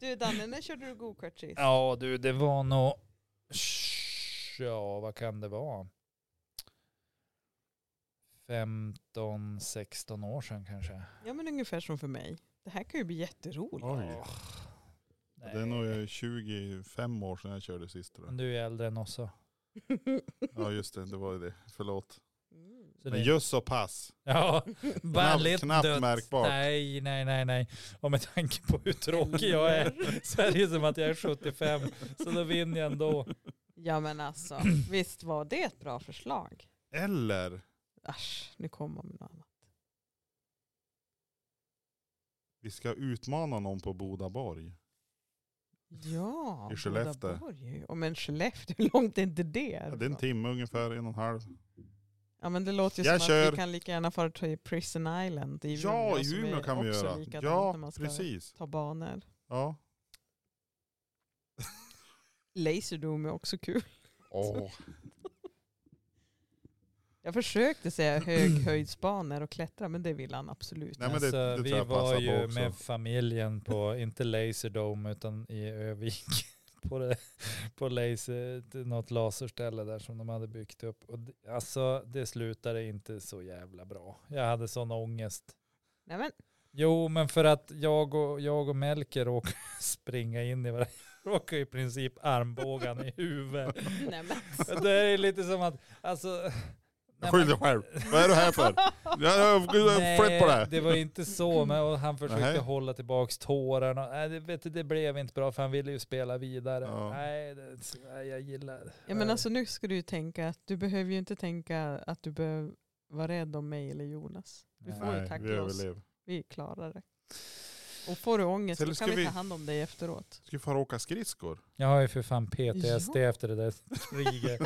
du Danne, när körde du go-kart sist?
Ja du, det var nog... Ja, vad kan det vara? 15-16 år sedan kanske.
Ja men ungefär som för mig. Det här kan ju bli jätteroligt.
Oj.
Nej.
Det är nog 25 år sedan jag körde sist tror
Men
jag.
Du är äldre än oss. så.
Ja just det, det var ju det. Förlåt.
Mm.
Så
Men
det-
just så pass.
Ja, bara
Knappt-
lite
knappt
dött.
märkbart.
Nej, nej, nej, nej. Och med tanke på hur tråkig jag är så är det ju som att jag är 75. Så då vinner jag ändå.
Ja men alltså, visst var det ett bra förslag?
Eller?
Asch, nu kommer man med något annat.
Vi ska utmana någon på Bodaborg.
Ja,
I Skellefteå.
Bodaborg. Ja, men Skellefteå, hur långt är inte det?
Ja, det är en
härifrån?
timme ungefär, en och en halv.
Ja men det låter ju
Jag
som
kör.
att vi kan lika gärna fara till Prison Island i
Ja, i
som
Umeå
är
kan vi
också
göra.
likadant när
Ja,
man ska
precis.
ta banor.
Ja.
Laserdome är också kul.
Åh,
Jag försökte säga höghöjdsbanor och klättra men det vill han absolut.
Nej, men det-
alltså,
det tror
vi
jag passar
var
på
ju
också.
med familjen på, inte Laserdome utan i Övik. På, det, på laser, något laserställe där som de hade byggt upp. Och det, alltså det slutade inte så jävla bra. Jag hade sån ångest.
Nej, men,
Jo, men för att jag och, jag och Melker råkade springa in i varandra. Råkade i princip armbågan i huvudet.
nej, men.
Det är lite som att, alltså... när
skyll
man-
dig själv. Vad är du här för? Jag har
Nej,
flytt på det här.
det var inte så, men och han försökte
Nej.
hålla tillbaka tårarna. Nej, det, vet du, det blev inte bra för han ville ju spela vidare.
Ja.
Nej, det, nej, jag gillar...
Ja, men alltså, nu ska du ju tänka att du behöver ju inte tänka att du behöver vara rädd om mig eller Jonas. Du får ju
Nej, vi
tackla oss.
överlev.
Vi klarar det. Och får du ångest
Eller
då
ska
kan vi
vi-
ta hand om dig efteråt.
Ska vi fara och åka skridskor?
Jag har ju för fan PTSD
Ja.
efter det där kriget.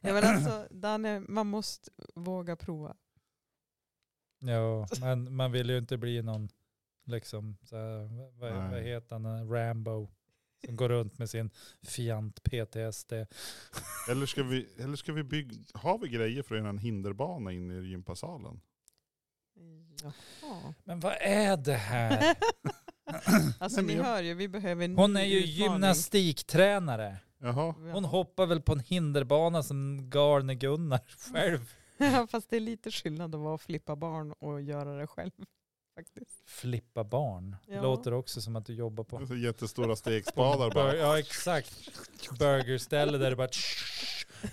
Ja, men alltså, Danne, man måste våga prova.
Ja, men man vill ju inte bli någon, liksom, så här, vad,
Nej.
vad heter han, eh, Rambo, som går runt med sin fiant PTSD.
Eller ska vi, eller ska vi bygga, har vi grejer för en hinderbana inne i gympasalen?
Jaha.
Men vad är det här?
Eh. Alltså
Nej, men
ni
jag-
hör ju, vi behöver en
Hon
ny
är ju
utmaning.
gymnastiktränare.
Jaha.
Hon hoppar väl på en hinderbana som galne Gunnar själv.
Ja, Fast det är lite skillnad att vara och flippa barn och göra det själv. Faktiskt.
Flippa barn.
Ja.
Låter också som att du jobbar på
Så Jättestora stegspadar bara.
Ja exakt. Burgerställe där det bara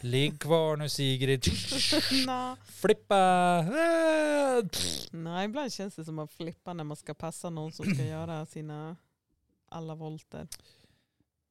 Ligg kvar nu Sigrid.
Nå.
Flippa. Ah.
Nej, ibland känns det som att flippa när man ska passa någon som ska göra sina alla volter.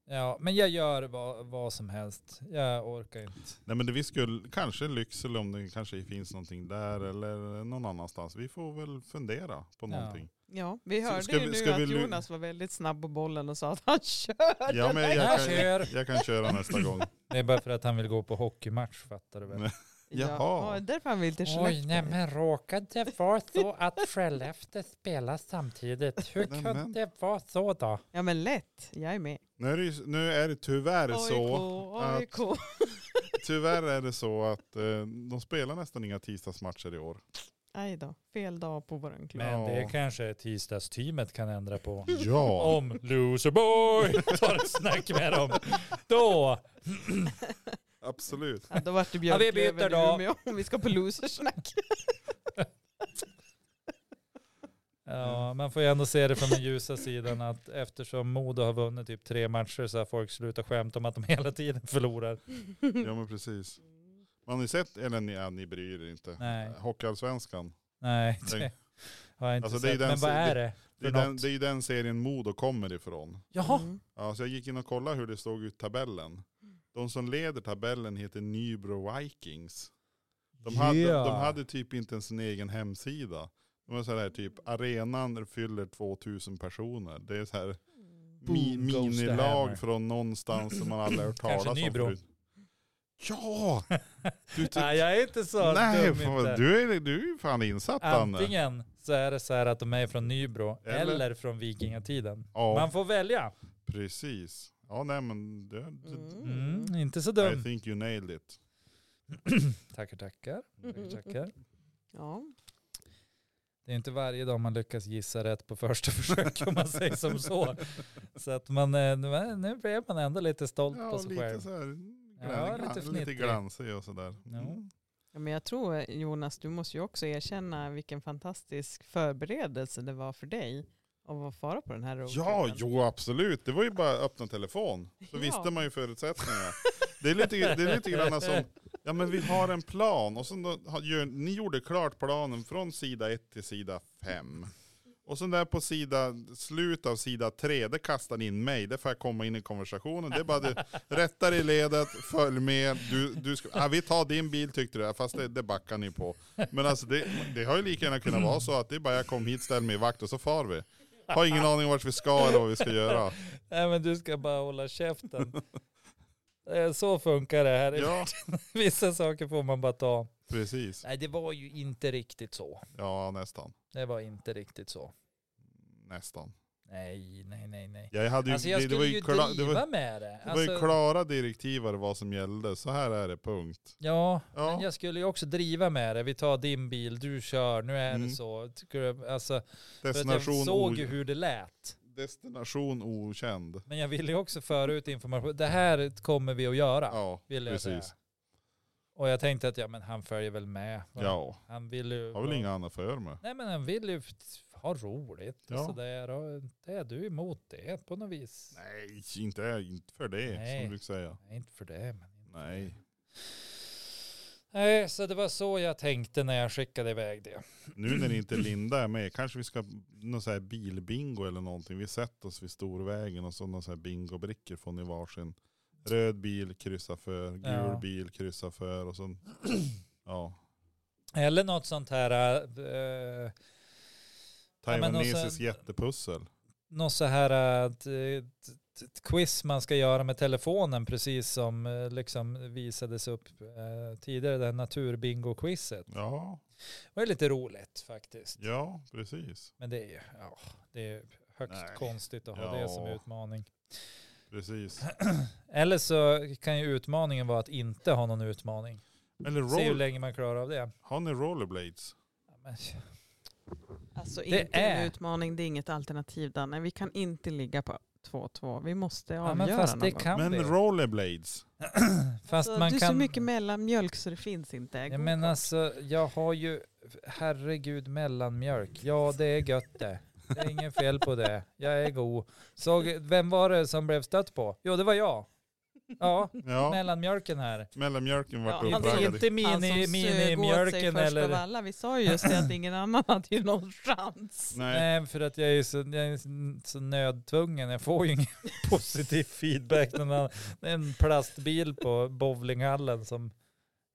Ja, men jag gör vad, vad som helst. Jag orkar inte.
Nej men det vi skulle, kanske Lycksele om det kanske finns någonting där eller någon annanstans. Vi får väl fundera på
Ja.
någonting.
Ja, vi
Så
hörde
ska
ju
vi-
nu
ska vi
att
lu-
Jonas var väldigt snabb på bollen och sa att han kör.
Ja, men jag,
Jag
kan,
kör.
jag kan köra nästa gång.
Det är bara för att han vill gå på hockeymatch fattar du väl?
Jaha.
Ja, därför han vill till
Oj,
Skellefteå.
nej men råkade det vara så att Skellefteå spelar samtidigt? Hur
Nämen.
kunde det vara så då?
Ja men lätt, jag är med.
Nu är det, ju- nu är det tyvärr så,
AIK, AIK.
tyvärr är det så att eh, de spelar nästan inga tisdagsmatcher i år.
Aj då, fel dag på våran klubb.
Men det
Ja.
kanske tisdagsteamet kan ändra på.
Ja,
Om Loserboy tar ett snack med dem. Då!
absolut.
Ja, då vart det
Ja, vi byter
Björklöven
då.
i Umeå om vi ska på losersnack.
Mm.
Ja, man får ju ändå se det från den ljusa sidan att eftersom Modo har vunnit typ tre matcher så har folk slutat skämta om att de hela tiden förlorar.
Ja men precis. Man har ni sett, eller ni, ja, ni bryr er inte.
Nej,
Hockeyallsvenskan.
nej det har jag inte
Alltså, det är
sett.
den
Men vad
se-
är det?
Det är,
För
den,
något.
det är ju den serien Modo kommer ifrån.
Jaha,
Mm.
Ja, så jag gick in och kollade hur det såg ut i tabellen. De som leder tabellen heter Nybro Vikings. De hade,
Yeah.
de hade typ inte ens sin egen hemsida. De var så här typ, arenan fyller 2000 personer. Det är så här mi,
Boom goes the hammer.
minilag från någonstans som man aldrig hört talas
Kanske
om
Nybro. Alltså,
förut. Ja! Du, ty-
nej jag är inte så
nej,
dum
fan,
inte.
du, är, du är fan insatt Danne.
Antingen så är det så här att de är från Nybro eller,
Eller-
från vikingatiden.
Ja,
Man får välja.
precis. Ja, nej men det, det,
Mm, inte så
I
dum.
think you nailed it.
Tackar, tackar. tackar, tackar.
Ja.
Det är inte varje dag man lyckas gissa rätt på första försök om man säger som så. Så att man, eh, nu- nu blev man ändå lite stolt
Ja,
på sig
lite
själv.
så här,
Ja,
glan-
lite
glan- lite
fnittig.
glansig och sådär.
Ja.
Mm.
ja, men jag tror eh, Jonas, du måste ju också erkänna vilken fantastisk förberedelse det var för dig av att fara på den här
Ja,
roadtripen.
jo absolut. Det var ju bara att öppna telefon. Så
Ja.
visste man ju förutsättningarna. Det är lite, det är lite grann som, ja men vi har en plan. Och sen då, har- gör, ni gjorde klart planen från sida 1 till sida 5. Och sen där på sida, slut av sida 3, där kastar ni in mig. Där får jag komma in i konversationen. Det är bara du, rättar i ledet, följ med. Du, du ska, ja, vi tar din bil tyckte du, fast det, det backar ni på. Men alltså det, det har ju lika gärna kunnat vara så att det är bara jag kom hit, ställ mig i vakt och så far vi. Har ingen aning vart vi ska eller vad vi ska göra.
Nej men du ska bara hålla käften. Eh, Så funkar det här.
Ja,
Vissa saker får man bara ta.
precis.
Nej det var ju inte riktigt så.
Ja, nästan.
Det var inte riktigt så.
Nästan.
Nej, nej, nej, nej.
Jag hade ju,
Alltså jag
det, det
skulle
var
ju
ju, kla, det,
driva
var,
med det.
det var ju
Alltså-
klara direktiv vad det var som gällde. Så här är det, punkt.
Ja,
Ja.
men jag skulle ju också driva med det. Vi tar din bil, du kör, nu är
Mm.
det så. Tycker du- Alltså, för att jag
Destination,
såg ju
o,
hur det lät.
destination okänd.
Men jag ville ju också föra ut information. Det här kommer vi att göra,
Ja,
ville jag säga.
precis.
Och jag tänkte att ja, men han följer väl med.
Ja,
Han vill ju...
har väl inga annat för mig.
Nej men han vill ju ha roligt och
Ja.
sådär. Och det är du emot det på något vis.
Nej, inte, inte för det,
Nej.
som du brukar säga.
Nej, inte för det. Men...
Nej.
Nej, så det var så jag tänkte när jag skickade iväg det.
Nu när inte Linda är med, kanske vi ska någon så här bilbingo eller någonting. Vi sätter oss vid storvägen och så någon så här bingobrickor får ni varsin. Röd bil, kryssa för. Gul
Ja.
bil, kryssa för. Och så, ja.
Eller något sånt här... eh, Ja, men och sen-
Taiwanesiskt jättepussel.
något så här att eh, ett- ett quiz man ska göra med telefonen precis som eh, liksom visades upp eh, tidigare, det här naturbingo-quizet.
Ja,
Det var ju lite roligt faktiskt.
ja precis.
Men det är ju ja, det är högst
Nej.
konstigt att ha
Ja.
det som utmaning.
precis.
Eller så kan ju utmaningen vara att inte ha någon utmaning.
Eller
Se hur
roll,
länge man klarar av det.
har ni rollerblades?
Ja, men,
Alltså
Det
inte
är-
en utmaning, det är inget alternativ Danne. Vi kan inte ligga på 2-2. Vi måste
ja,
avgöra
men fast
någon
det
gång.
kan
Men
vi.
rollerblades,
Fast
Så
man
du är så
kan...
mycket mellanmjölk så det finns inte.
Ja,
God
men
kock.
alltså, jag har ju, herregud, mellanmjölk. Ja, det är gött det. Det är inget fel på det. Jag är god. Så vem var det som blev stött på? Jo, det var jag. Ja,
Ja,
mellanmjölken här.
mellanmjölken vart
Ja, han
Det är
uppraggad.
inte
Han som
mini,
sög åt sig
minimjölken
först av
eller...
alla. Vi sa ju just det att ingen annan hade ju någon chans.
Nej.
Nej, för att jag är så, jag är så- så nödtvungen. Jag får ju ingen positiv feedback. när man- Det är en plastbil på bowlinghallen som...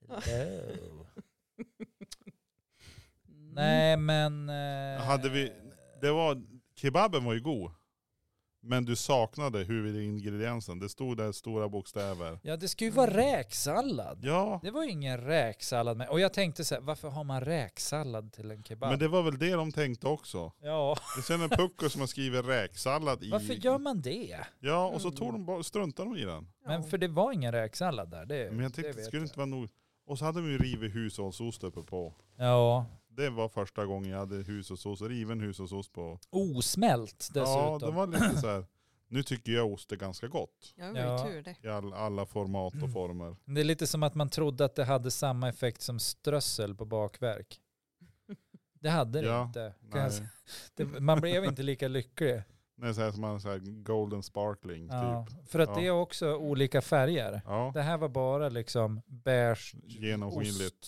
Wow. Nej, men... eh,
Hade vi- Det var, kebaben var ju god. Men du saknade huvudingrediensen. Det stod där stora bokstäver.
Ja, det skulle ju vara räksallad.
Ja,
Det var ju ingen räksallad med. Och jag tänkte så här, varför har man räksallad till en kebab?
men det var väl det de tänkte också.
Ja,
Det är sen en pucko som har skrivit räksallad i.
varför gör man det?
Ja, och så tog de bara, struntade de i den.
Men för det var ingen räksallad där. Det,
Men jag tänkte,
det
det
vet
skulle
jag.
inte vara nog. Och så hade de ju rivit hushållsost uppe på.
Ja,
Det var första gången jag hade hushållsost, riven hushållsost på.
osmält dessutom.
Ja, det var lite så här. Nu tycker jag ost är ganska gott.
Ja, det var ju
Ja.
tur det.
I all, alla format
Mm.
och former.
Det är lite som att man trodde att det hade samma effekt som strössel på bakverk. Det hade det
Ja,
inte. Kan jag
Nej,
säga. Det, man blev inte lika lycklig.
Nej så här som man så här golden sparkling
Ja,
typ.
för att
Ja.
det är också olika färger.
Ja,
Det här var bara liksom beige
genomskinligt.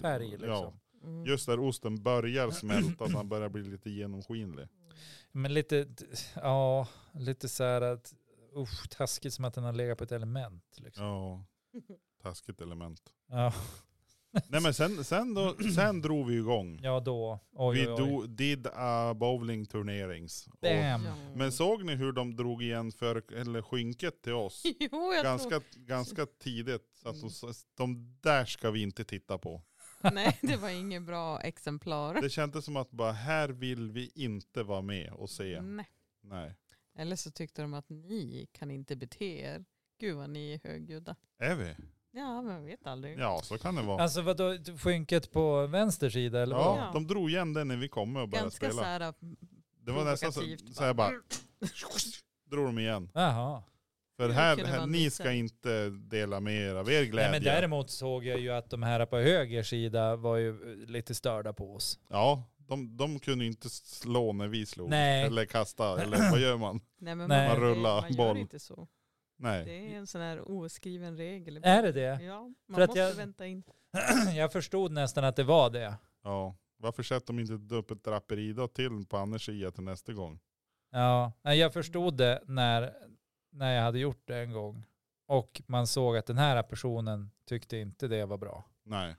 färg. Liksom.
Mm.
Just där osten börjar smälta, så han börjar bli lite genomskinlig.
Men lite, ja, lite så här att, usch, taskigt som att den har legat på ett element. Liksom.
Ja, taskigt element.
Ja.
Nej men sen, sen, då, sen drog vi igång.
ja, då. Oj,
vi
oj, oj.
do, did a bowling turnerings. Och-
Damn.
Ja.
Men såg ni hur de drog igen för, eller skynket till oss?
Jo, jag tror...
Ganska, ganska tidigt. Så att de, sa, de där ska vi inte titta på.
Nej, det var inget bra exemplar.
Det kändes som att bara här vill vi inte vara med och se.
Nej.
Nej.
Eller så tyckte de att ni kan inte bete er. Gud vad ni är högljudda.
Är vi?
Ja, men jag vet aldrig.
Ja så kan det vara.
Alltså vadå, skynket på vänster sida eller vad?
Ja, de drog igen den när vi kom och började
Ganska så
spela.
här äh,
Det var nästan så,
provokativt,
så här bara, drog de igen.
Jaha.
För
Det
här,
kunde
här
vara
ni
mysigt.
ska inte dela med er av er
Nej,
glädje.
men däremot såg jag ju att de här på höger sida var ju eh, lite störda på oss.
Ja, de, de kunde inte slå när vi slog.
Nej.
Eller kasta, eller vad gör man?
Nej, men
Nej.
Man,
Man rullar
man
boll.
gör inte så.
Nej.
Det är en sån här oskriven regel.
Är det det?
Ja, man
Äh. För att
måste
jag-
vänta in.
Jag förstod nästan att det var det.
Ja. Varför sätter de inte upp ett draperi då till på Anders sida till nästa gång?
Ja, nej, jag förstod det när, när jag hade gjort det en gång. Och man såg att den här personen tyckte inte det var bra.
Nej.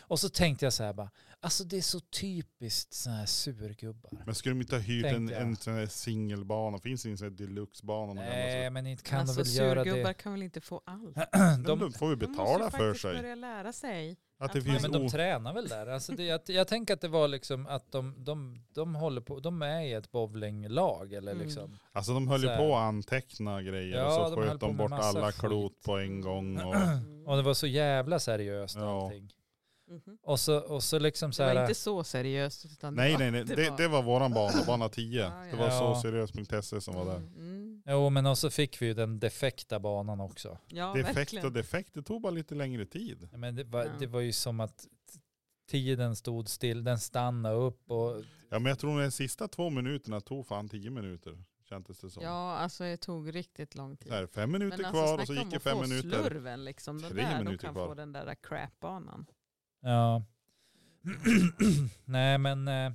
Och så tänkte jag så här bara, alltså det är så typiskt såna här surgubbar.
Men skulle de inte ha hyrt en,
Tänkte jag.
en sån här singelbana? Finns det ingen sån här deluxebana? någon
Nej,
gammal
men inte kan de
alltså,
väl göra
surgubbar
det.
kan väl inte få allt?
sån?
de-
Men Då får vi
de
betala
måste
för
ju faktiskt
sig.
börja lära sig.
Att det
Ja,
Ja,
finns
men de
o-
tränar väl där. Alltså det, jag, jag tänker att det var liksom att de, de, de håller på, de är i ett bowlinglag eller
Mm.
liksom.
Alltså de höll ju
Så här.
på att anteckna grejer
Ja,
och
de
så
höll
sköt
på
de
med
bort
massa
alla
skit.
klot på en gång. Och...
Mm.
Och det var så jävla seriöst
Ja.
allting.
Mhm.
Och så, och så liksom så
Det var
här,
inte så seriöst. Utan
Nej
det var,
nej nej, det, det var våran bana, bana 10.
Ja, ja.
Det var
Ja.
så seriöst.se som var där.
Mm, Mm.
jo men och så fick vi ju den defekta banan också.
Ja,
Defekt
verkligen.
och defekt, det tog bara lite längre tid.
Ja, Men det var,
Ja.
det var ju som att t- tiden stod still, den stannade upp och
Mm.
Ja men jag tror de sista två minuterna tog fan tio minuter. Kändes det som.
Ja, alltså det tog riktigt lång tid.
Så här, fem minuter
Men alltså,
kvar och
snacka om
så gick det
att
fem
få
minuter.
slurven liksom. Den
Tre
där, de
minuter
kan
kvar.
få den där äh, crapbanan.
ja. Nej men eh,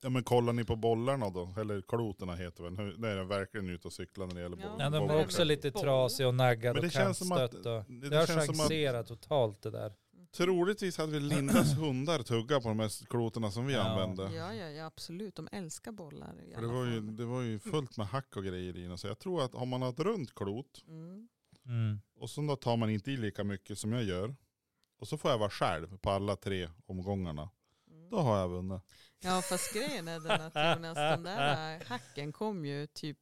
Ja men kollar ni på bollarna då? Eller kloterna heter väl? Nu nu är den verkligen ute och cyklar när det gäller
Ja,
bollar.
ja, den var
Boll.
också lite
Boll.
trasig och naggad
Men det
och
känns som att-
kantstött. Och,
det- det
det har
känns som att-
chanserat totalt det där.
Troligtvis hade vi Lindas hundar tugga på de här kloterna som vi
Ja.
använde.
Ja, ja, ja, absolut. De älskar bollar. i
För det,
alla
var ju,
fall.
det var ju fullt med hack och grejer i den. Så jag tror att om man har ett runt klot
Mm.
Mm.
och så då tar man inte i lika mycket som jag gör. Och så får jag vara själv på alla tre omgångarna.
Mm.
Då har jag vunnit.
Ja, fast grejen är den att Jonas, den där hacken kom ju typ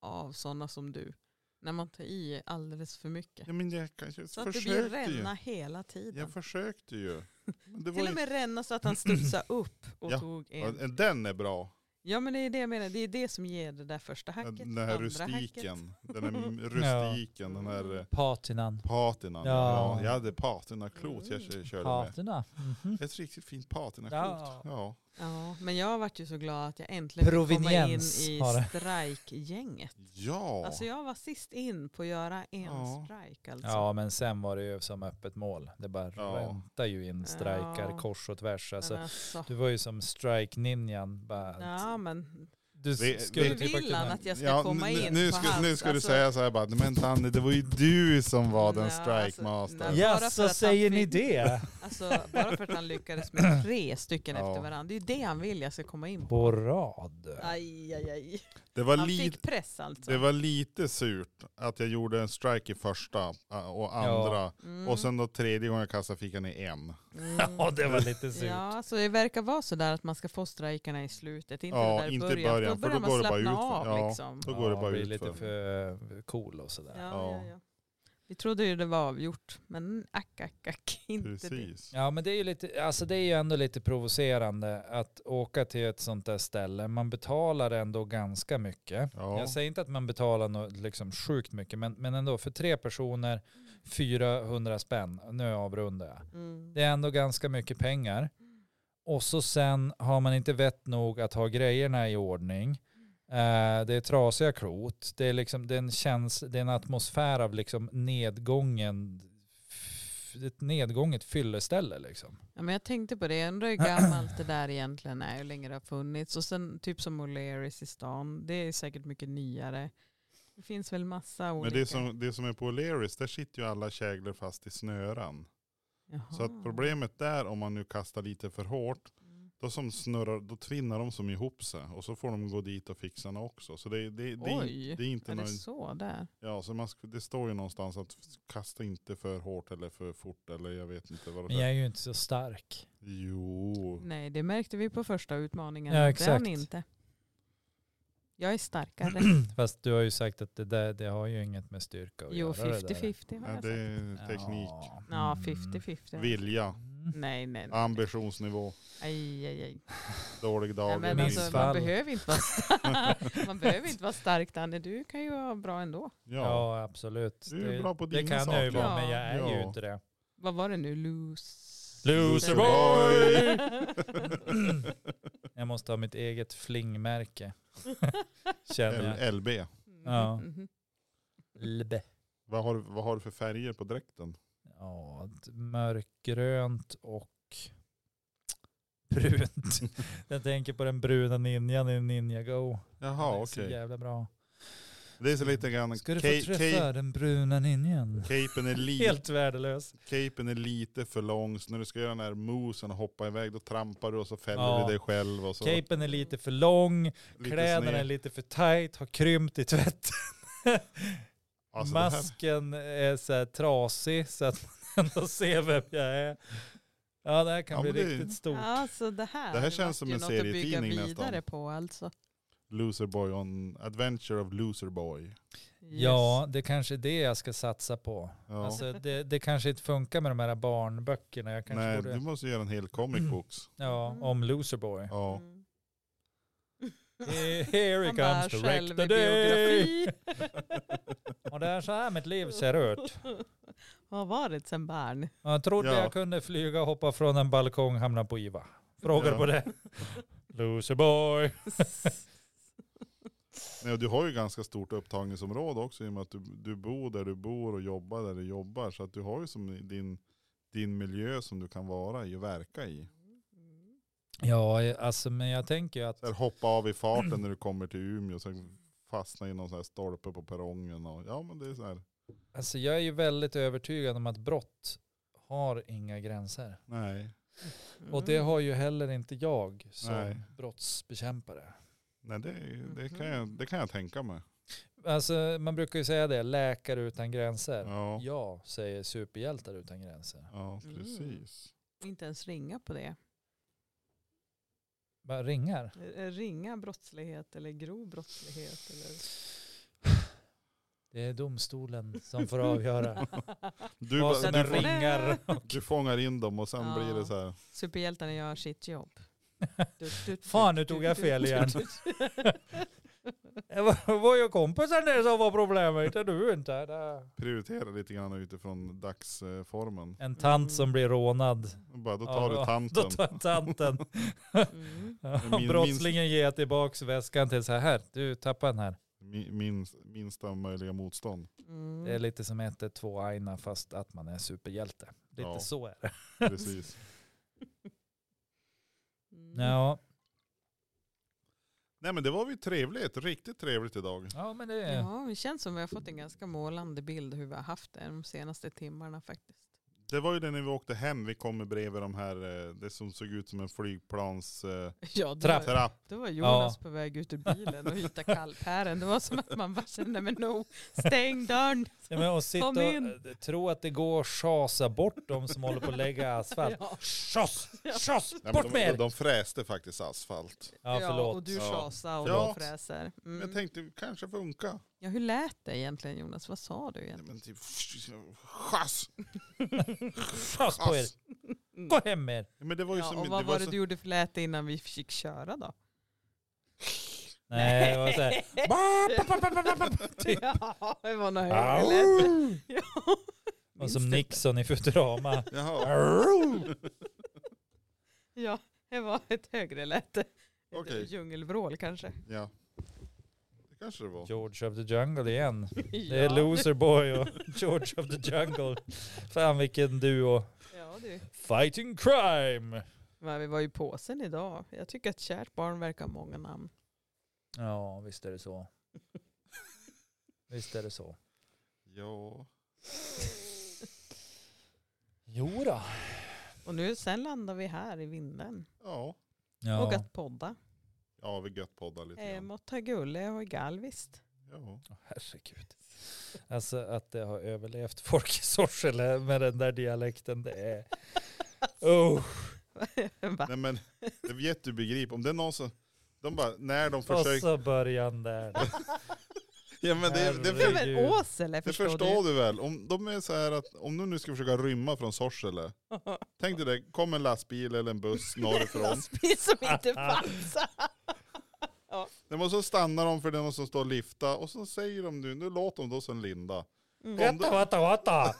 av sådana som du. När man tar i alldeles för mycket.
Ja men jag kanske
Så att det blir
försökte ju.
ränna hela tiden.
Jag försökte ju. Men det var
Till och
ju
med ränna så att han studsade upp och
Ja,
tog
ja,
en.
den är bra.
Ja men det är det jag menar, det är det som ger det där första hacket.
den här
andra
rustiken. Den här rustiken, den här eh,
Patinan.
patinan.
Ja.
Ja. jag hade patinaklot jag kö- körde med.
Patina. Mhm.
Ett riktigt fint patinaklot.
Ja.
Ja.
Ja, men jag varit ju så glad att jag äntligen fick komma in
Proveniens
i
har det.
strejkgänget.
Ja.
Alltså jag var sist in på att göra en
Ja.
strike alltså.
Ja, men sen var det ju som öppet mål. Det bara
Ja.
räntar ju in strejkar
Ja.
kors och tvärs.
men
Alltså,
alltså.
du var ju som strike-ninjan. Bara,
Ja men
Du
Vi-
skulle
vi-
nu
typ ha
vill han
kunnat...
att jag ska
Ja,
komma
nu-
in
nu,
på
ska,
hans.
nu ska
alltså,
du säga så här bara, men Danny det var ju du som var den
Nej,
strike
alltså,
master.
nej.
ja.
Ja.
Ja,
bara
så
för att
säger
han
ni
fick-
det?
Alltså, bara för att han lyckades med tre stycken
Ja.
efter varandra. Det är ju det han vill jag ska komma in på.
På rad.
Aj, aj, aj.
det, var
Han
li,
fick press alltså.
det var lite surt att jag gjorde en strike i första ä, och andra.
Mm.
Och sen då tredje gången jag kastade fick han i en.
Mm.
Ja, det var lite surt.
Ja, så det verkar vara så där att man ska få strejkarna i slutet, inte
Ja,
det där i
inte i
början.
början,
Då
för
börjar
då
man
går det bara
slappna
ut.
av
Ja.
liksom.
Då går det bara
blir
ut
lite
för.
för eh, cool och sådär.
Ja,
Ja.
ja. ja. Vi trodde ju det var avgjort, men ack, ack, ack, inte det.
Precis.
men det är ju lite, alltså det är ju ändå lite provocerande att åka till ett sånt där ställe. Man betalar ändå ganska mycket.
Ja.
Jag säger inte att man betalar något liksom sjukt mycket, men, men ändå för tre personer 400 spänn. Nu avrundar jag.
Mm.
Det är ändå ganska mycket pengar. Och så sen har man inte vett nog att ha grejerna i ordning. Eh, det är trasiga klot. Det är, liksom, det är, en, käns, det är en atmosfär av liksom nedgången. f- Ett nedgånget fylleställe liksom.
Ja, men jag tänkte på det, jag undrar hur gammalt det där egentligen är, hur länge det har funnits. Och sen typ som O'Learys i stan, det är säkert mycket nyare. Det finns väl massa olika.
Men det som, det som är på O'Learys, där sitter ju alla käglor fast i snöran.
Jaha.
Så att problemet där, om man nu kastar lite för hårt,
Mm.
då, som snurrar, då tvinnar de som ihop sig. Och så får de gå dit och fixa det också. Så det, det, det,
Oj,
det, det är inte
Är det
någon,
så där?
ja, så man, sk- det står ju någonstans att f- kasta inte för hårt eller för fort. Eller jag vet inte vad det
Men
är.
jag är ju inte så stark.
Jo.
Nej, det märkte vi på första utmaningen.
Ja,
att Det är
exakt.
han inte. Jag är starkare.
Fast du har ju sagt att det där det har ju inget med styrka att
jo,
göra. det där.
50-50 har
Ja,
jag
det
sagt.
är teknik.
alltså- Ja,
mm.
50-50.
Vilja,
Mm.
Nej, nej, nej.
ambitionsnivå,
Aj, aj, aj.
dålig
Nej,
dag.
men
det är
alltså, man,
missfall.
behöver inte vara stark. man behöver inte vara stark, Danne. Du kan ju vara bra ändå.
Ja,
ja.
absolut.
Du är
Det,
bra på
det
dina
kan jag ju
saker.
vara, men jag är ju
Ja.
inte det.
Vad var det nu? Loose...
Loser
boy!
Jag måste ha mitt eget flingmärke. Känner jag.
L- LB.
Ja.
Mhm.
Lbe.
Vad har, du- vad har du för färger på dräkten?
Ja, ett mörkgrönt och brunt. Jag tänker på den bruna ninjan i Ninja Go. Den
Jaha,
är så
okej.
jävla bra.
Det är så lite grann...
Ska du
Ca-
få
Ca-
träffa den bruna ninjan?
Capen är, li,
Helt värdelös.
capen är lite för lång, så när du ska göra den här mosen och hoppa iväg, då trampar du och så fäller
Ja.
du dig själv. Och så
Capen är lite för lång,
lite
kläderna
sned.
är lite för tight, har krympt i tvätten.
Alltså, det här-
Masken är så här trasig så att man ändå ser vem jag är. Ja, det här kan
Ja,
bli
men det-
riktigt stort.
Alltså det här,
Det här
vart
känns som
ju
en
något att bygga
serietidning nästan.
vidare på alltså.
Loser Boy on Adventure of Loser Boy.
Yes.
Ja, det kanske är det jag ska satsa på.
Ja.
Alltså, det, det kanske inte funkar med de här barnböckerna. Jag kanske
Nej,
borde, Mm.
du måste göra en hel comic books.
ja, om Loserboy.
Ja.
Mm.
He- Here he
Han bara
comes to wreck the day.
självbiografi.
Och det är så här mitt liv ser ut.
Vad var det sen barn?
Jag trodde
Ja.
jag kunde flyga, hoppa från en balkong, hamna på IVA. Frågar
Ja.
på det. Loserboy.
Nej, och du har ju ganska stort upptagningsområde också i och med att du, du bor där du bor och jobbar där du jobbar. Så att du har ju som din, din miljö som du kan vara i och verka i.
Ja, alltså, men jag tänker ju att
Så här, hoppa av i farten när du kommer till Umeå. Sen fastna i någon sån här stolpe på perrongen. Och, ja men det är så här.
Alltså jag är ju väldigt övertygad om att brott har inga gränser.
Nej.
Och
Mm.
det har ju heller inte jag som
Nej.
brottsbekämpare.
Nej det, det, kan jag, det kan jag tänka mig.
Alltså man brukar ju säga det, läkare utan gränser.
Ja, ja.
Jag säger superhjältar utan gränser.
precis.
Inte ens ringa på det.
Bara ringar.
Eh, Ringa brottslighet eller grov brottslighet. Eller...
Det är domstolen som får avgöra
Du,
vad
bara-
som
du,
är
fång-
ringar.
du fångar in dem och sen
Ja.
blir det så här.
Superhjältarna gör sitt jobb. Du, du, du,
Fan, nu
du,
tog jag
du,
fel
du,
igen.
du, du.
Det var- det var ju kompisen där som var problemet, inte du inte. Det-
Prioritera lite grann utifrån dagsformen.
En
Mm.
tant som blir rånad.
Bara, då
Ja,
tar du
Då
tanten.
tar jag tanten.
Mm.
Min-
Brottslingen ger tillbaks väskan till så här. Du tappar den här.
Mi- minst- minsta möjliga motstånd.
Mm.
Det är lite som 112 Aina fast att man är superhjälte. Lite
Ja.
så är det.
Precis.
Mm.
Ja,
Nej men det var ju trevligt. Riktigt trevligt idag.
ja men det är...
Ja, det känns som vi har fått en ganska målande bild hur vi har haft det de senaste timmarna faktiskt.
Det var ju det när vi åkte hem. Vi kommer bredvid de här, eh, det som såg ut som en flygplans eh,
Ja, det
Trapp.
var,
trapp.
då var Jonas på väg ut ur bilen och hittade kallpären. Det var som att man bara kände, men no, stäng dörren.
Ja, men att sitta och
Kom in.
eh, tro att det går att schasa bort de som håller på att lägga asfalt.
Ja.
Schas! Schas!
Nej, men
Bort
de,
med er!
de fräste faktiskt asfalt.
Ja,
och
förlåt.
du
Ja.
tjasar och
Ja.
de fräser.
Men
Mm.
jag tänkte kanske funka.
Ja, hur lät det egentligen Jonas? Vad sa du egentligen?
Men typ, chass,
Schas på er!
chass.
Gå hem med er!
Men det var ju
Ja,
som,
och vad
det
var
var
det
så-
du gjorde för läte innan vi fick köra då?
Nej, det var så här. Ba, ba, ba, ba, ba, ba, typ.
Ja, det var nog
Au.
högläte. Ja.
Och som Nixon i Futurama.
Jaha,
Arr.
Ja, det var ett högre läte. Ett
Okej.
Djungelvrål kanske.
ja. Det kanske det var.
George of the Jungle igen. Det är
Ja,
Loser Boy och George of the Jungle. Fan vilken duo.
Ja, du.
Fighting crime!
Men vi var ju på sen idag. Jag tycker att kärt barn verkar ha många namn.
Ja, visst är det så. Visst är det så.
Ja.
Jo då.
Och nu sen landar vi här i vinden.
Ja.
Och
Ja.
att podda.
Ja, vi gött poddar lite
Eh,
grann.
Motta Gulle och Galvist.
Ja.
Åh, Herregud. Alltså att det har överlevt folk i Sorsele med den där dialekten. Det är... Oh,
Va?
Nej men, det är jättebegrip. Om det är någon som, de bara, när de
och
försöker.
så alltså, början där.
Ja men det, det,
Ja,
det,
Herregud.
men Åsele
det
förstår,
förstår du väl. Om de är så här att, om de nu ska försöka rymma från Sorsele.
du.
Tänk dig det, kom en lastbil eller en buss norrifrån.
Lastbil som inte fanns.
Nej, men så stannar de för det är någon som står och liftar och så säger de nu, nu låter de då som Linda. Om
Gatta,
du,
vatta, vatta!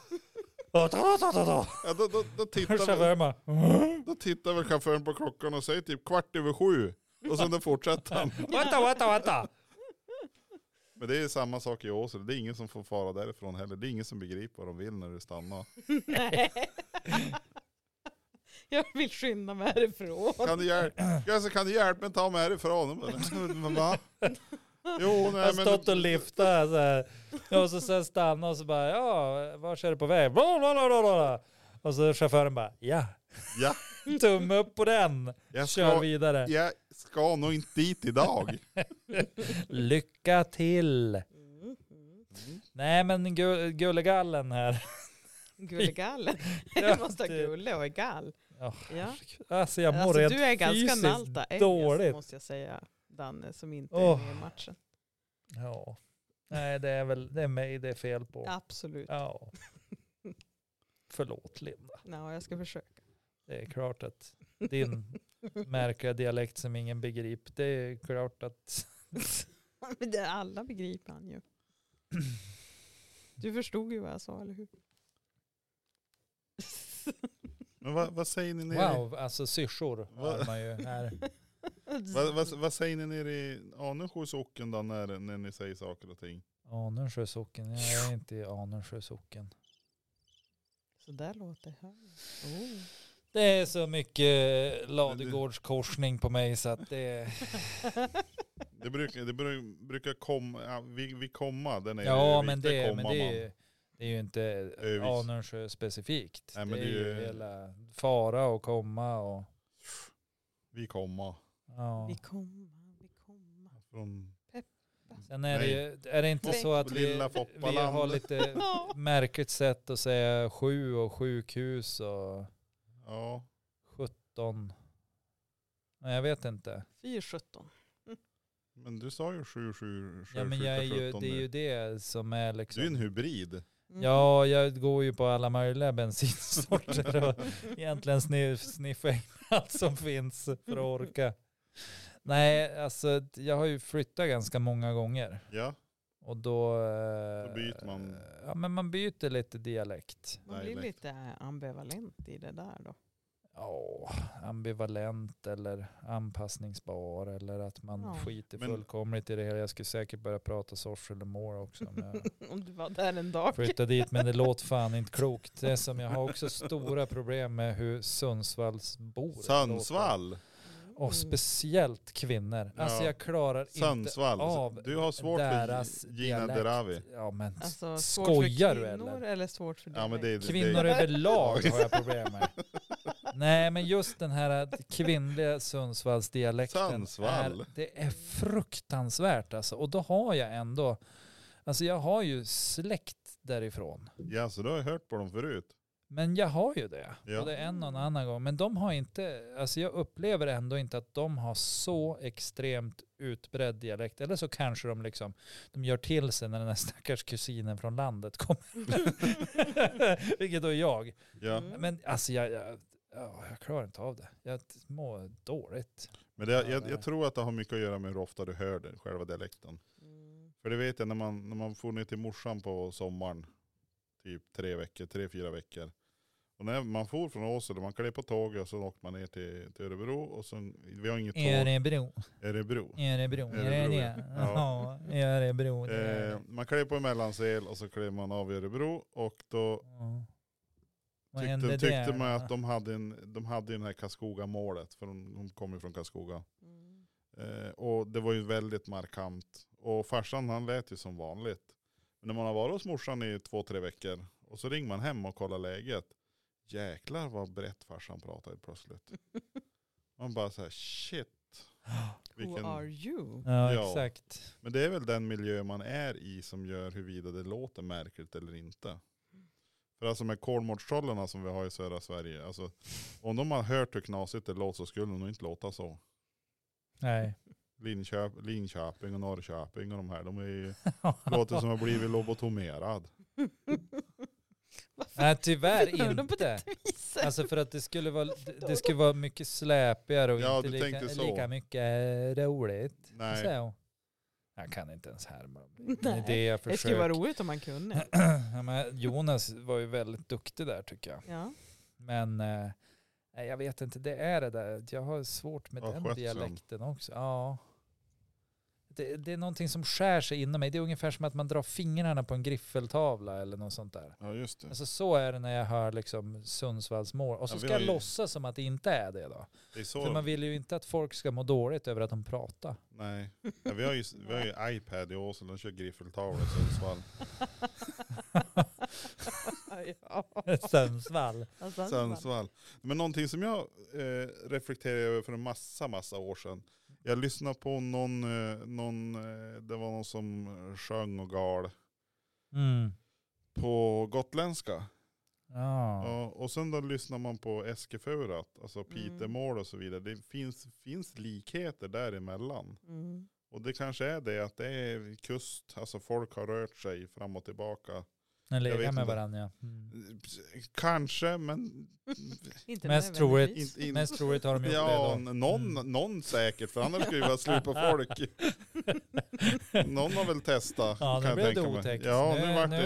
Vatta, vatta, vatta!
ja, då, då, då,
Hörs
tittar
jag
väl,
värma?
då tittar väl chauffören på klockan och säger typ kvart över sju. Och sen då fortsätter han.
Vatta, vatta, vatta!
Men det är samma sak i Åsele, det är ingen som får fara därifrån heller. Det är ingen som begriper vad de vill när du stannar.
Nej. Jag vill skynda mig härifrån.
Kan du hjälpa, alltså, kan du hjälpa mig att ta mig härifrån? De bara, "Men Va? Jo,
Jag har
nej men.
stått och lyftat här så här. Ja, Och så sen stanna och så bara, ja, vart är du på väg? Bla, bla, bla, bla, bla. Och så chauffören bara, ja,
Ja,
tumme upp på den.
jag
Kör
ska,
vidare.
jag ska nog inte dit idag.
Lycka till. Nej men gu- Gullegallen här.
Gullegallen.
Ja,
Det måste ha
det-
gulle och är gall.
Ja.
Ja.
Alltså jag mår
Alltså,
rent
du är ganska
fysiskt
nalta
dåligt.
Eljas måste jag säga. Danne som inte
Åh.
är med i matchen.
Ja. Nej det är väl, det är mig det är fel på. Ja.
Absolut.
Förlåt Linda.
Ja, jag ska försöka.
Det är klart att din märkliga dialekt som ingen begriper, det är klart att
Men det- Alla begriper han ju. Du förstod ju vad jag sa, eller hur?
Men vad, vad säger ni nere i,
Wow, alltså syrsor har
Vad-
man ju här.
vad, vad, vad säger ni nere i Anundsjö socken då när, när ni säger saker och ting?
Anundsjö socken, jag är inte i Anundsjö socken.
Så där låter det. Oh.
Det är så mycket ladugårdskorsning på mig så att det är...
Det brukar, det bru- brukar komma, ja, vi, vi komma, den är
Ja,
vi-
men det, men
komma
det,
man.
är, ju- det är ju inte
Övis.
Anundsjö specifikt.
Nej,
det,
men
är ju hela fara och komma och...
Vi komma.
Ja.
Vi kommer, vi kommer.
Från
Sen är det ju, är det inte
Nej.
så att vi,
Lilla
vi har
Foppaland.
lite
Ja.
märkligt sätt att säga sju och sjukhus och
Ja,
sjutton? Nej, jag vet inte.
417.
men du sa ju 7, 7, 7,
Ja, men jag är ju,
17
det är ju det som är
Du är en
liksom...
hybrid.
Mm.
Ja, jag går ju på alla möjliga bensinsorter och egentligen sniff, sniffar jag in allt som finns för att orka. Nej, alltså jag har ju flyttat ganska många gånger.
Ja,
Och då... eh,
Då byter man.
Ja, men man byter lite dialekt.
Man blir
Dialekt.
lite ambivalent i det där då.
Ja, ambivalent eller anpassningsbar eller att man
Ja.
skiter
Men-
fullkomligt i det hela. Jag skulle säkert börja prata Sorsele-more också om jag
Om du var där en dag.
flyttar dit, men det låter fan inte klokt. Det är som jag har också stora problem med hur Sundsvallsbor låter.
Sundsvall.
Mm.
Och speciellt kvinnor. Alltså
Ja.
jag klarar inte
Sundsvall.
av
Du har svårt
deras
för Gina
dialekt.
Dirawi.
Ja men
Alltså, svårt för
skojar du
kvinnor
eller?
eller? svårt för
Ja, men det,
dialekt?
är- det,
Kvinnor
det,
överlag har jag problem med. Nej men just den här kvinnliga Sundsvallsdialekten.
Sundsvall.
Är, det är fruktansvärt alltså. Och då har jag ändå, alltså jag har ju släkt därifrån.
Ja, så du har hört på dem förut?
Men jag har ju det.
Ja.
Både en och en annan gång. Men de har inte, alltså jag upplever ändå inte att de har så extremt utbredd dialekt. Eller så kanske de liksom, de gör till sig när den här stackars kusinen från landet kommer. Vilket då är jag.
Ja.
Mm.
Men alltså jag, jag, ja, jag klarar inte av det. Jag mår dåligt.
Men det,
Ja,
jag,
det-
jag tror att det har mycket att göra med hur ofta du hör den, själva dialekten.
Mm.
För det vet jag när man, när man får ner till morsan på sommaren, typ tre veckor, tre, fyra veckor. Och när man for från Åsele, man klev på tåget och så åkte man ner till, till Örebro och sen, vi har inget tåg,
Örebro,
Örebro.
Örebro, är det
Örebro,
det? Ja,
ja.
Örebro. det är
Eh,
det.
man klev på en mellansel och så klev man av i Örebro och då
Ja. Vad hände
tyckte, tyckte
där
man
då?
att de hade, en, de hade ju den här Karlskoga-målet, för de, de kom ju från Karlskoga.
Mm.
Eh, och det var ju väldigt markant. Och farsan han lät ju som vanligt. Men när man har varit hos morsan i två, tre veckor och så ringer man hem och kollar läget. Jäklar vad brett farsan pratar helt plötsligt. Man bara så här shit.
Who are you?
Ja,
Ja.
exakt.
Men det är väl den miljö man är i som gör huruvida det låter märkligt eller inte. För alltså med kolmårdstrollarna som vi har i södra Sverige, alltså om de har hört hur knasigt det låter så skulle de nog inte låta så.
Nej.
Linköp, Linköping och Norrköping och de här, de är ju, låter som har blivit lobotomerad.
Nej, tyvärr
Gör de på
inte.
det viset?
Alltså för att det skulle vara, det skulle vara mycket släpigare och
Ja,
inte
du
lika,
tänkte så.
lika mycket eh, roligt.
Nej,
Så. Jag kan inte ens härma dem. Det är
Nej,
det jag
det skulle vara
försöker.
roligt om man kunde.
Ja, men Jonas var ju väldigt duktig där tycker jag.
Ja.
Men eh, nej, jag vet inte, det är det där. Jag har svårt med
Ja,
den
skötsam.
dialekten också. Ja. Det, det är någonting som skär sig inom mig. Det är ungefär som att man drar fingrarna på en griffeltavla eller något sånt där.
ja just det.
Alltså så är det när jag hör liksom Sundsvallsmål. Och så
Ja, vi
ska
har
jag
ju-
låtsas som att det inte är det då.
det är så
För man
de,
vill ju inte att folk ska må dåligt över att de pratar.
nej. Ja, vi, har ju, vi har ju iPad i Åsele, de kör griffeltavlor i Sundsvall.
ja.
Sundsvall.
Alltså,
Sundsvall. Men någonting som jag eh, reflekterade över för en massa, massa år sedan. Jag lyssnade på någon, eh, någon eh, det var någon som sjöng och gal
Mm.
på gotländska.
Ja. Mm.
Ja, och sen då lyssnar man på Eskefurat, alltså Pitemål och så vidare. Det finns, finns likheter däremellan.
Mm.
Och det kanske är det att det är kust, alltså folk har rört sig fram och tillbaka.
Eller
jag
ligga
vet
med
inte.
varandra. ja. Mm.
Kanske, men
Inte
Mest
nödvändigtvis.
inte... In,
Mest troligt har de gjort
Ja,
det då.
n- någon,
Mm.
någon säkert, för annars skulle vi vara slut på folk. Någon har väl testat.
Ja, nu
kan jag
blev det
tänka mig.
otäckt.
Ja,
Nu-
nu vart det,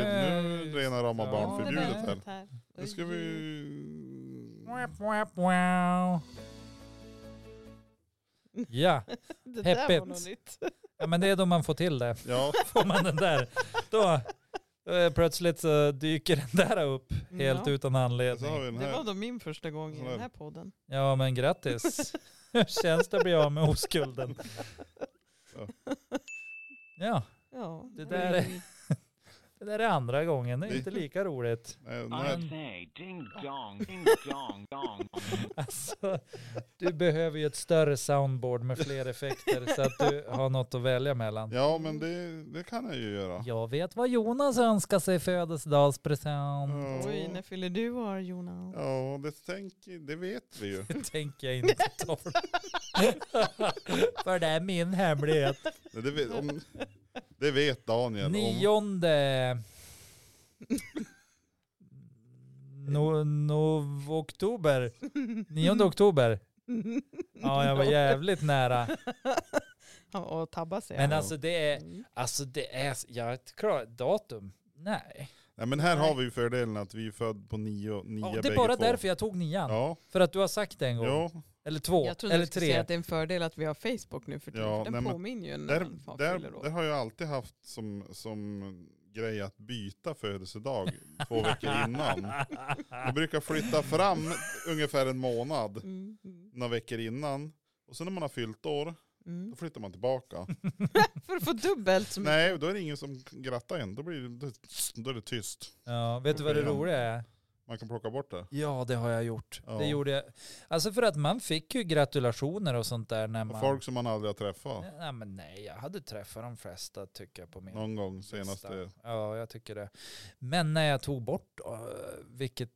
nu-
nu är rena rama
Ja,
barnförbjudet
det är-
här. Nu
Oj.
ska vi...
Wap, wap, wow. Ja.
Det där
Peppigt.
var något nytt.
ja, men det är då man får till det.
Ja,
Får man den där, då eh, plötsligt så dyker den där upp helt
Mm, Ja.
utan
så har
anledning.
vi den
Det var
här. Alltså.
då min första gång i
Så här.
den här podden.
Ja, men grattis. Hur känns det att bli av med oskulden? Ja,
Ja,
Det där är- det där är andra gången. Det är
Vi-
inte lika roligt.
Nej, den
I
här-
say ding dong, ding dong, dong.
Alltså, du behöver ju ett större soundboard med fler effekter så att du har något att välja mellan.
Ja, men det, det kan jag ju göra.
Jag vet vad Jonas önskar sig i födelsedagspresent.
Ja.
Oj, när fyller du år Jonas?
Ja, det, tänker, det vet vi ju.
Det tänker jag inte ta. För det är min hemlighet.
Nej, Det vet, om, det vet Daniel. Om,
Nionde... No, no, oktober. Nionde oktober. Ja, jag var jävligt nära.
Ja, Och tabba sig.
Men alltså det är,
Mm.
alltså det är, jag är klar, datum? Nej.
Nej, men här
Nej.
har vi ju fördelen att vi är född på nio, nio
Ja, det
bägge
är bara
två.
därför jag tog nian.
Ja,
För att du har sagt det en gång.
ja.
Eller två,
jag trodde
eller
du skulle säga
tre.
att det är en fördel att vi har Facebook nu för tiden.
Ja,
för den
nej, men
påminner ju när
Där,
man
där,
fyller år.
där har jag alltid haft som, som grej att byta födelsedag två veckor innan. Jag brukar flytta fram ungefär en månad,
Mm, mm,
några veckor innan. Och sen när man har fyllt år,
mm.
då flyttar man tillbaka.
För att få dubbelt så mycket.
Nej, då är det ingen som grattar en. Då, blir det, då, då är det tyst.
Ja, vet du vad det roliga är?
Man kan plocka bort det.
Ja, det har jag gjort.
Ja.
Det gjorde jag. Alltså för att man fick ju gratulationer och sånt där när man...
Och folk som man aldrig har träffat
Nej, men nej, jag hade träffat de flesta tycker jag på min
någon gång
lista.
senaste...
Ja, jag tycker det. Men när jag tog bort, eh, vilket,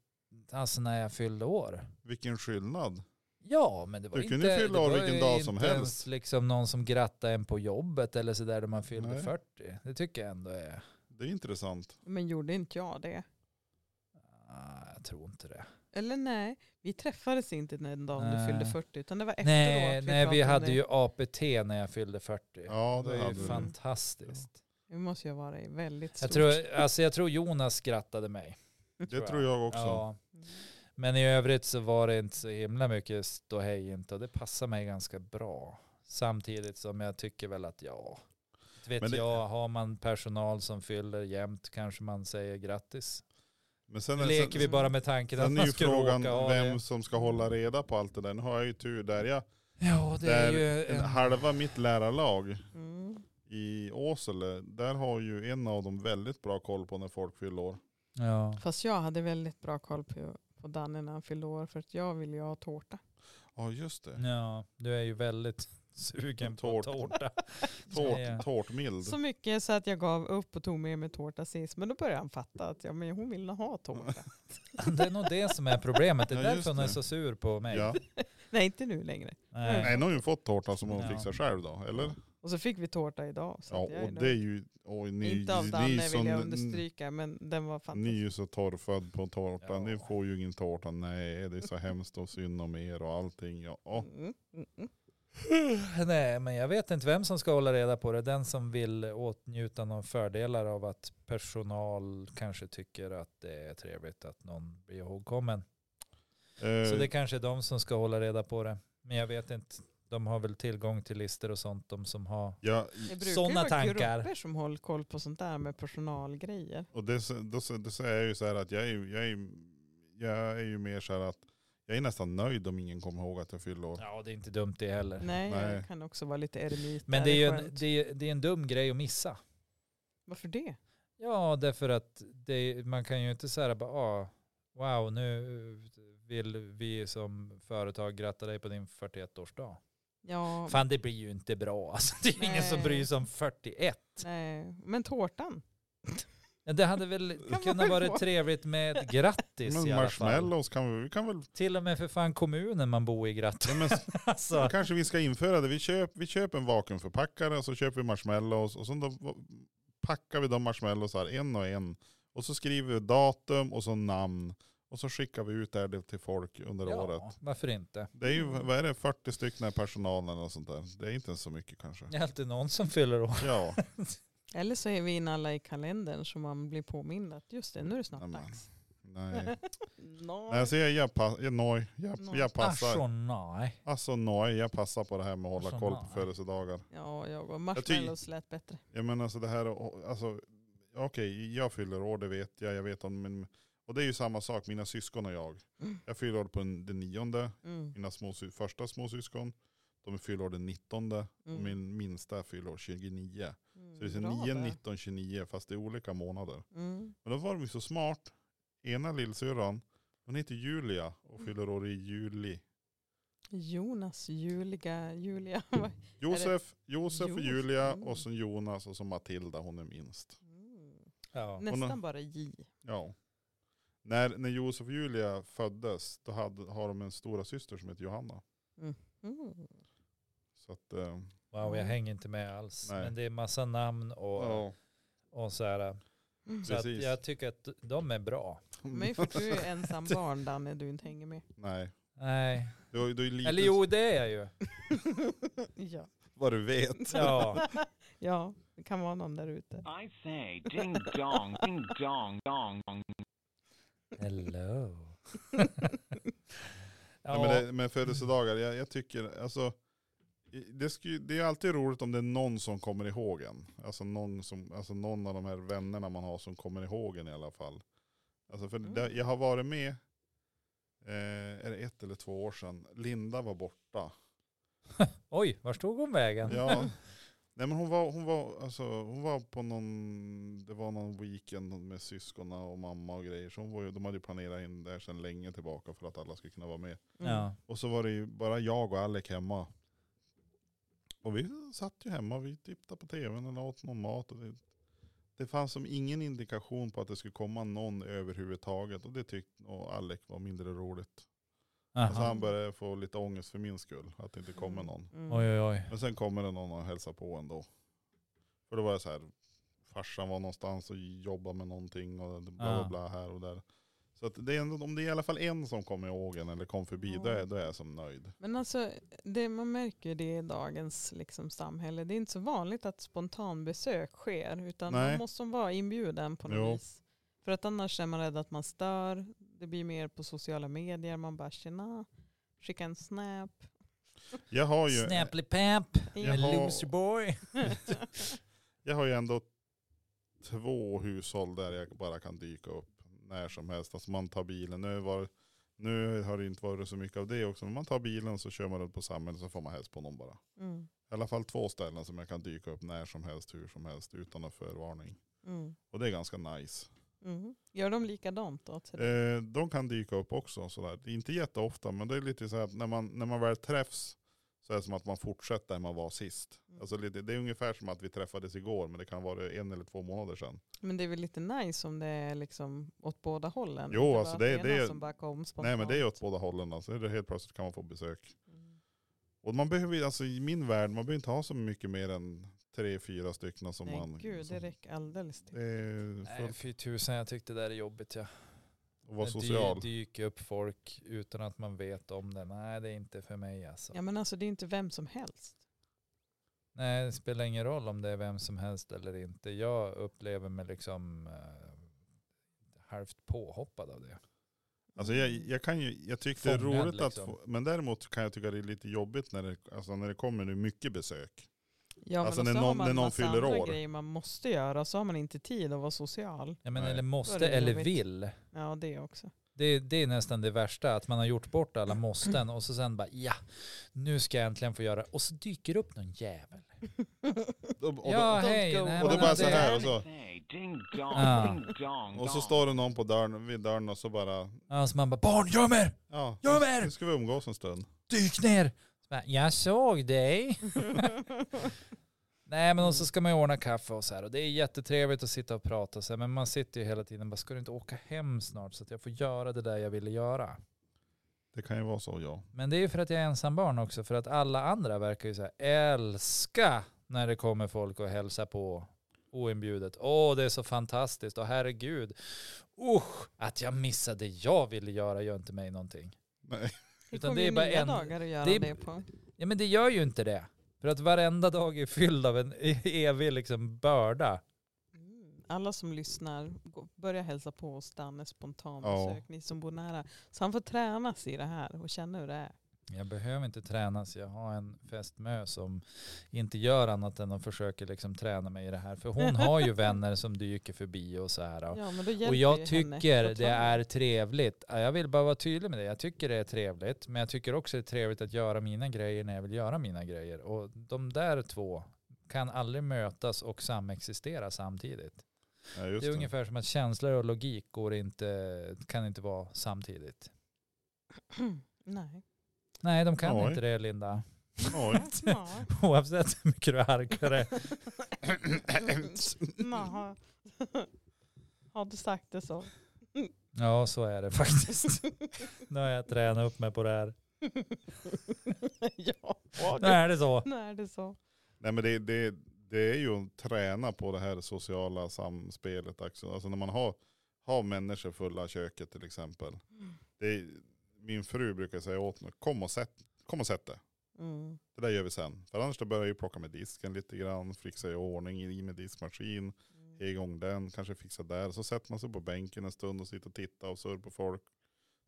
alltså när jag fyllde år.
Vilken skillnad.
Ja, men det var
Du
inte...
kunde ju fylla
det
år
var
vilken
ju
dag som
inte ens
helst.
liksom någon som grattade en på jobbet eller sådär när man fyllde
Nej.
40. Det tycker jag ändå är...
Det är intressant.
Men gjorde inte jag det?
Ah, jag tror inte det.
Eller nej, vi träffades inte den dagen
Nej.
du fyllde 40 utan det var efteråt.
nej, nej, vi
pratade om
hade
det.
ju APT när jag fyllde 40.
Ja,
det
det
var ju
hade du.
fantastiskt.
Det måste ju vara väldigt stort.
Jag tror, alltså jag tror Jonas skrattade mig.
Det tror jag också.
Ja. Men i övrigt så var det inte så himla mycket ståhej inte och det passar mig ganska bra. Samtidigt som jag tycker väl att ja, inte vet
Men det-
jag, har man personal som fyller jämt kanske man säger grattis.
Men sen,
Nu leker
sen,
vi bara med tanken att
Sen är
man
ju
ska
frågan
råka av
vem
det.
som ska hålla reda på allt det där. Nu har jag ju tur där. Jag,
Ja, det är
där
ju
en,
en...
halva mitt lärarlag
Mm.
i Åsele, där har ju en av dem väldigt bra koll på när folk fyller år.
Ja.
Fast jag hade väldigt bra koll på, på Danne när han fyllde år för att jag ville ju ha tårta.
Ja just det.
ja, du är ju väldigt sugen på
Tårta.
tårta.
Tårt,
Ja.
tårtmild.
Så mycket så att jag gav upp och tog med mig tårta sist. Men då började han fatta att ja, men hon vill nog ha tårta.
Det är nog det som är problemet. Det är
Ja, just
därför hon är
det.
så sur på mig.
Ja.
Nej, inte nu längre.
Nej, nu har ju fått tårta som hon
Ja.
fixar själv då, eller?
Och så fick vi tårta idag. Så
Ja,
att jag
och
är
det är
nöjd.
ju... Oj, ni,
inte av
ni
Danne
är så-
vill jag understryka, men den var
Ni är
fantastisk.
ju så torrfödd på tårta,
Ja.
ni får ju ingen tårta. Nej, det är så hemskt och synd om er och allting. Ja. Ja.
Mm, mm, mm.
Eh, Nej, men jag vet inte vem som ska hålla reda på det. Den som vill åtnjuta någon fördelar av att personal kanske tycker att det är trevligt att någon blir ihågkommen. Så
Eh,
det kanske är de som ska hålla reda på det. Men jag vet inte. De har väl tillgång till listor och sånt, de som har.
ja,
Det brukar ju
Såna
vara
tankar.
grupper som håller koll på sånt där med personalgrejer.
Och det, så- då, så- då säger jag ju så här att jag är, ju- jag, är, jag är ju mer så här att jag är nästan nöjd om ingen kommer ihåg att jag fyller år.
Ja, det är inte dumt det heller.
Nej,
Nej.
jag kan också vara lite eremit.
Men
där,
det är ju en,
Mm. skönt.
det är, det är en dum grej att missa.
Varför det?
Ja, därför att det, man kan ju inte säga bara, ah, wow, nu vill vi som företag gratta dig på din 41-årsdag.
Ja,
Fan det blir ju inte bra. Alltså, det är ju ingen som
Nej.
bryr sig om 41.
nej. men tårtan.
Men Det hade väl
man
kunnat
ju
vara
få.
trevligt med ett grattis
Men
i alla fall.
marshmallows kan vi, vi kan väl...
Till och med för fan kommunen man bor i grattar.
Ja, men, s-
Alltså,
kanske vi ska införa det. Vi, köp, vi köper en vakuumförpackare och så köper vi marshmallows och så då v- packar vi de marshmallowsar en och en. Och så skriver vi datum och så namn. Och så skickar vi ut det här till folk under
ja,
året.
varför inte?
Det är ju, vad är det, 40 stycken i personalen och sånt där. Det är inte ens så mycket kanske.
Det är alltid någon som fyller år.
Ja,
Eller så är vi in alla i kalendern så man blir påmind att just det, nu är det snart
Nej, men-
dags.
nej.
Nej.
Nej, så jag, jag, pass, jag, nej, jag,
Noj.
jag passar.
Alltså nej.
Alltså nej, jag passar på det här med att hålla
Alltså,
koll på
nej.
födelsedagar.
Ja, jag och
Jag ty-
marshmallows lät bättre.
Jag menar alltså det här, och- alltså, okej jag fyller år, det vet jag. jag vet om min, och det är ju samma sak, mina syskon och jag.
Mm.
Jag fyller år på en- den nionde,
Mm.
mina småsy, första småsyskon. De fyller år den nittonde och
Mm.
min minsta fyller år 29.
Mm.
Så det är så
Bra
9,
där.
19, 29 fast det är olika månader.
Mm.
Men då var de ju så smart. Ena lillsyrran, hon heter Julia
Mm.
och fyller år i juli.
Jonas, Julia, Julia. vad-
Josef, Josef och
Josef,
Julia
mm.
och så Jonas och så Matilda, hon är minst.
Mm.
Ja.
Nästan bara J.
Ja. När, när Josef och Julia föddes, då hade, har de en stora syster som heter Johanna.
Mm.
Så att, eh,
Wow, jag hänger inte med alls.
Nej.
Men det är massa namn och,
ja.
och så här.
Mm.
Så att
Precis.
jag tycker att de är bra.
Men för du är ensam barn Danne, du inte hänger med.
Nej,
Nej.
Du har ju du är lite
Eller jo, det är jag ju.
Ja.
vad du vet.
Ja.
ja, det kan vara någon där ute.
I say ding dong, ding dong, dong. dong.
Mm.
Hello. ja.
Nej, men det, men födelsedagar, jag, jag tycker alltså. i- Det, sku, det är alltid roligt om det är någon som kommer ihåg en. Alltså någon, som, alltså någon av de här vännerna man har som kommer ihåg en i alla fall. Alltså för
Mm.
det, jag har varit med, eh, är det ett eller två år sedan, Linda var borta.
Oj, var tog hon vägen?
Ja. Nej men hon var, hon var, alltså, hon var på någon, det var någon weekend med syskona och mamma och grejer. Så hon var ju, de hade ju planerat in det här sedan länge tillbaka för att alla skulle kunna vara med.
Mm.
Ja.
Och så var det ju bara jag och Alec hemma. Och vi satt ju hemma och vi tittade på tvn eller åt någon mat. Och det, det fanns som ingen indikation på att det skulle komma någon överhuvudtaget. Och det tyckte och Alec var mindre roligt. Alltså
Aha.
han började få lite ångest för min skull, att det inte kommer någon.
Mm.
Oj, oj, oj.
Men sen kommer det någon och hälsar på ändå. För då var jag så här, farsan var någonstans och jobbade med någonting och bla bla
Ah.
bla här och där. Så att det är ändå, om det är i alla fall en som kommer ihåg en eller kom förbi, då, är, då är jag som nöjd.
Men alltså, det, man märker ju det i dagens liksom, samhälle. Det är inte så vanligt att spontanbesök sker. Utan
Nej.
man måste vara inbjuden på något
Jo.
vis. För att annars är man rädd att man stör. Det blir mer på sociala medier. Man bara tjena, skicka en snap.
Jag har ju,
Snapply pap,
Jag har-
loser boy.
jag har ju ändå två hushåll där jag bara kan dyka upp när som helst. Alltså man tar bilen. Nu, var, nu har det inte varit så mycket av det också. Men man tar bilen så kör man runt på samhället så får man hälsa på någon bara.
Mm.
I alla fall två ställen som jag kan dyka upp när som helst, hur som helst utan någon förvarning.
Mm.
Och det är ganska nice.
Mm. Gör de likadant då? till dig?
Eh, de kan dyka upp också. Sådär. Det är inte jätteofta, men det är lite så här att när man, när man väl träffs så är det som att man fortsätter där man var sist.
Mm.
Alltså lite, det är ungefär som att vi träffades igår, men det kan vara en eller två månader sedan.
Men det är väl lite nice om det är liksom åt båda hållen.
Jo,
Inte
alltså
bara
det-
att
det
är någon
är-
som bara kom spontant.
Nej, men det är åt båda hållen. Alltså. Det är helt plötsligt kan man få besök.
Mm.
Och man behöver, ju- alltså, I min värld, man behöver inte ha så mycket mer än tre, fyra stycken som
Nej,
man...
gud,
som,
det räcker alldeles till.
det är
Nej,
fullt
fy tusan, jag tyckte det där är jobbigt. Ja.
att vara
Det dy-
social.
dyker upp folk utan att man vet om det. Nej, det är inte för mig alltså.
Ja men alltså det är inte vem som helst.
Nej, det spelar ingen roll om det är vem som helst eller inte. Jag upplever mig liksom eh, halvt påhoppad av det.
Alltså jag, jag, kan ju, jag tycker det är
Fångad,
roligt att
liksom.
få, men däremot kan jag tycka det är lite jobbigt när det, alltså när det kommer nu mycket besök.
Ja,
Alltså,
men
när
och så har
någon-
man
när någon
massa
fyller
andra
år.
grejer man måste göra så har man inte tid att vara social.
Ja, men
Nej.
eller måste
Då är det
eller
jobbigt.
vill.
Ja det också.
Det, det är nästan det värsta, att man har gjort bort alla måsten och så sen bara ja, nu ska jag äntligen få göra det. Och så dyker det upp någon jävel.
Och, och, då-
don't
ja, hej.
go.
Nej,
och det
men
är bara
alltså,
så här och
I
så.
say ding dong,
Ah.
ding dong.
Och så
dong.
står det någon på dörren, vid dörren och så bara,
Ja, så man bara barn, göm er,
ja,
göm
nu
er,
ska vi umgås en stund.
dyk ner. Så bara, jag såg dig. Nej men och så ska man ju ordna kaffe och så här och det är jättetrevligt att sitta och prata och så här, men man sitter ju hela tiden bara ska du inte åka hem snart så att jag får göra det där jag ville göra.
Det kan ju vara så ja.
Men det är ju för att jag är ensambarn också, för att alla andra verkar ju så här älska när det kommer folk och hälsar på oinbjudet. Åh, det är så fantastiskt och herregud. Usch, att jag missade det jag ville göra gör inte mig någonting.
Nej.
Det
Utan
kommer
det är
ju
bara
nya
en-
dagar att göra
det
det,
är-
på.
Ja, men det gör ju inte det. För att varenda dag är fylld av en evig liksom börda.
Mm. Alla som lyssnar, gå- börja hälsa på oss Danne spontant
Ja.
besök, ni som bor nära. Så han får tränas i det här och känna hur det är.
Jag behöver inte träna, så jag har en fästmö som inte gör annat än att försöka liksom träna mig i det här. För hon har ju vänner som dyker förbi och så här. Och
Ja, men då hjälper
Och
ju
jag
henne
tycker det
fortfarande.
är trevligt. Ja, Jag vill bara vara tydlig med det. Jag tycker det är trevligt. Men jag tycker också det är trevligt att göra mina grejer när jag vill göra mina grejer. Och de där två kan aldrig mötas och samexistera samtidigt.
Ja, just
det är ungefär som att känslor och logik går inte, kan inte vara samtidigt.
Nej.
Nej, de kan
Oj.
inte det Linda.
Oj.
Ja.
Oavsett hur mycket du harkar det.
Naha. Har du sagt det så?
Ja, så är det faktiskt. Nu har jag tränat upp mig på det här.
ja,
Nu är det så.
nu är det så.
Nej men det, det, det är ju att träna på det här sociala Mm. samspelet också. Alltså när man har, har människor fulla köket till exempel. Det är, min fru brukar säga åt mig, kom och sätt, kom och sätt det.
Mm.
Det där gör vi sen. För annars då börjar jag ju plocka med disken lite grann, fixa i ordning, i med diskmaskin,
Mm.
ge igång den, kanske fixa där. Så sätter man sig på bänken en stund och sitter och tittar och surr på folk.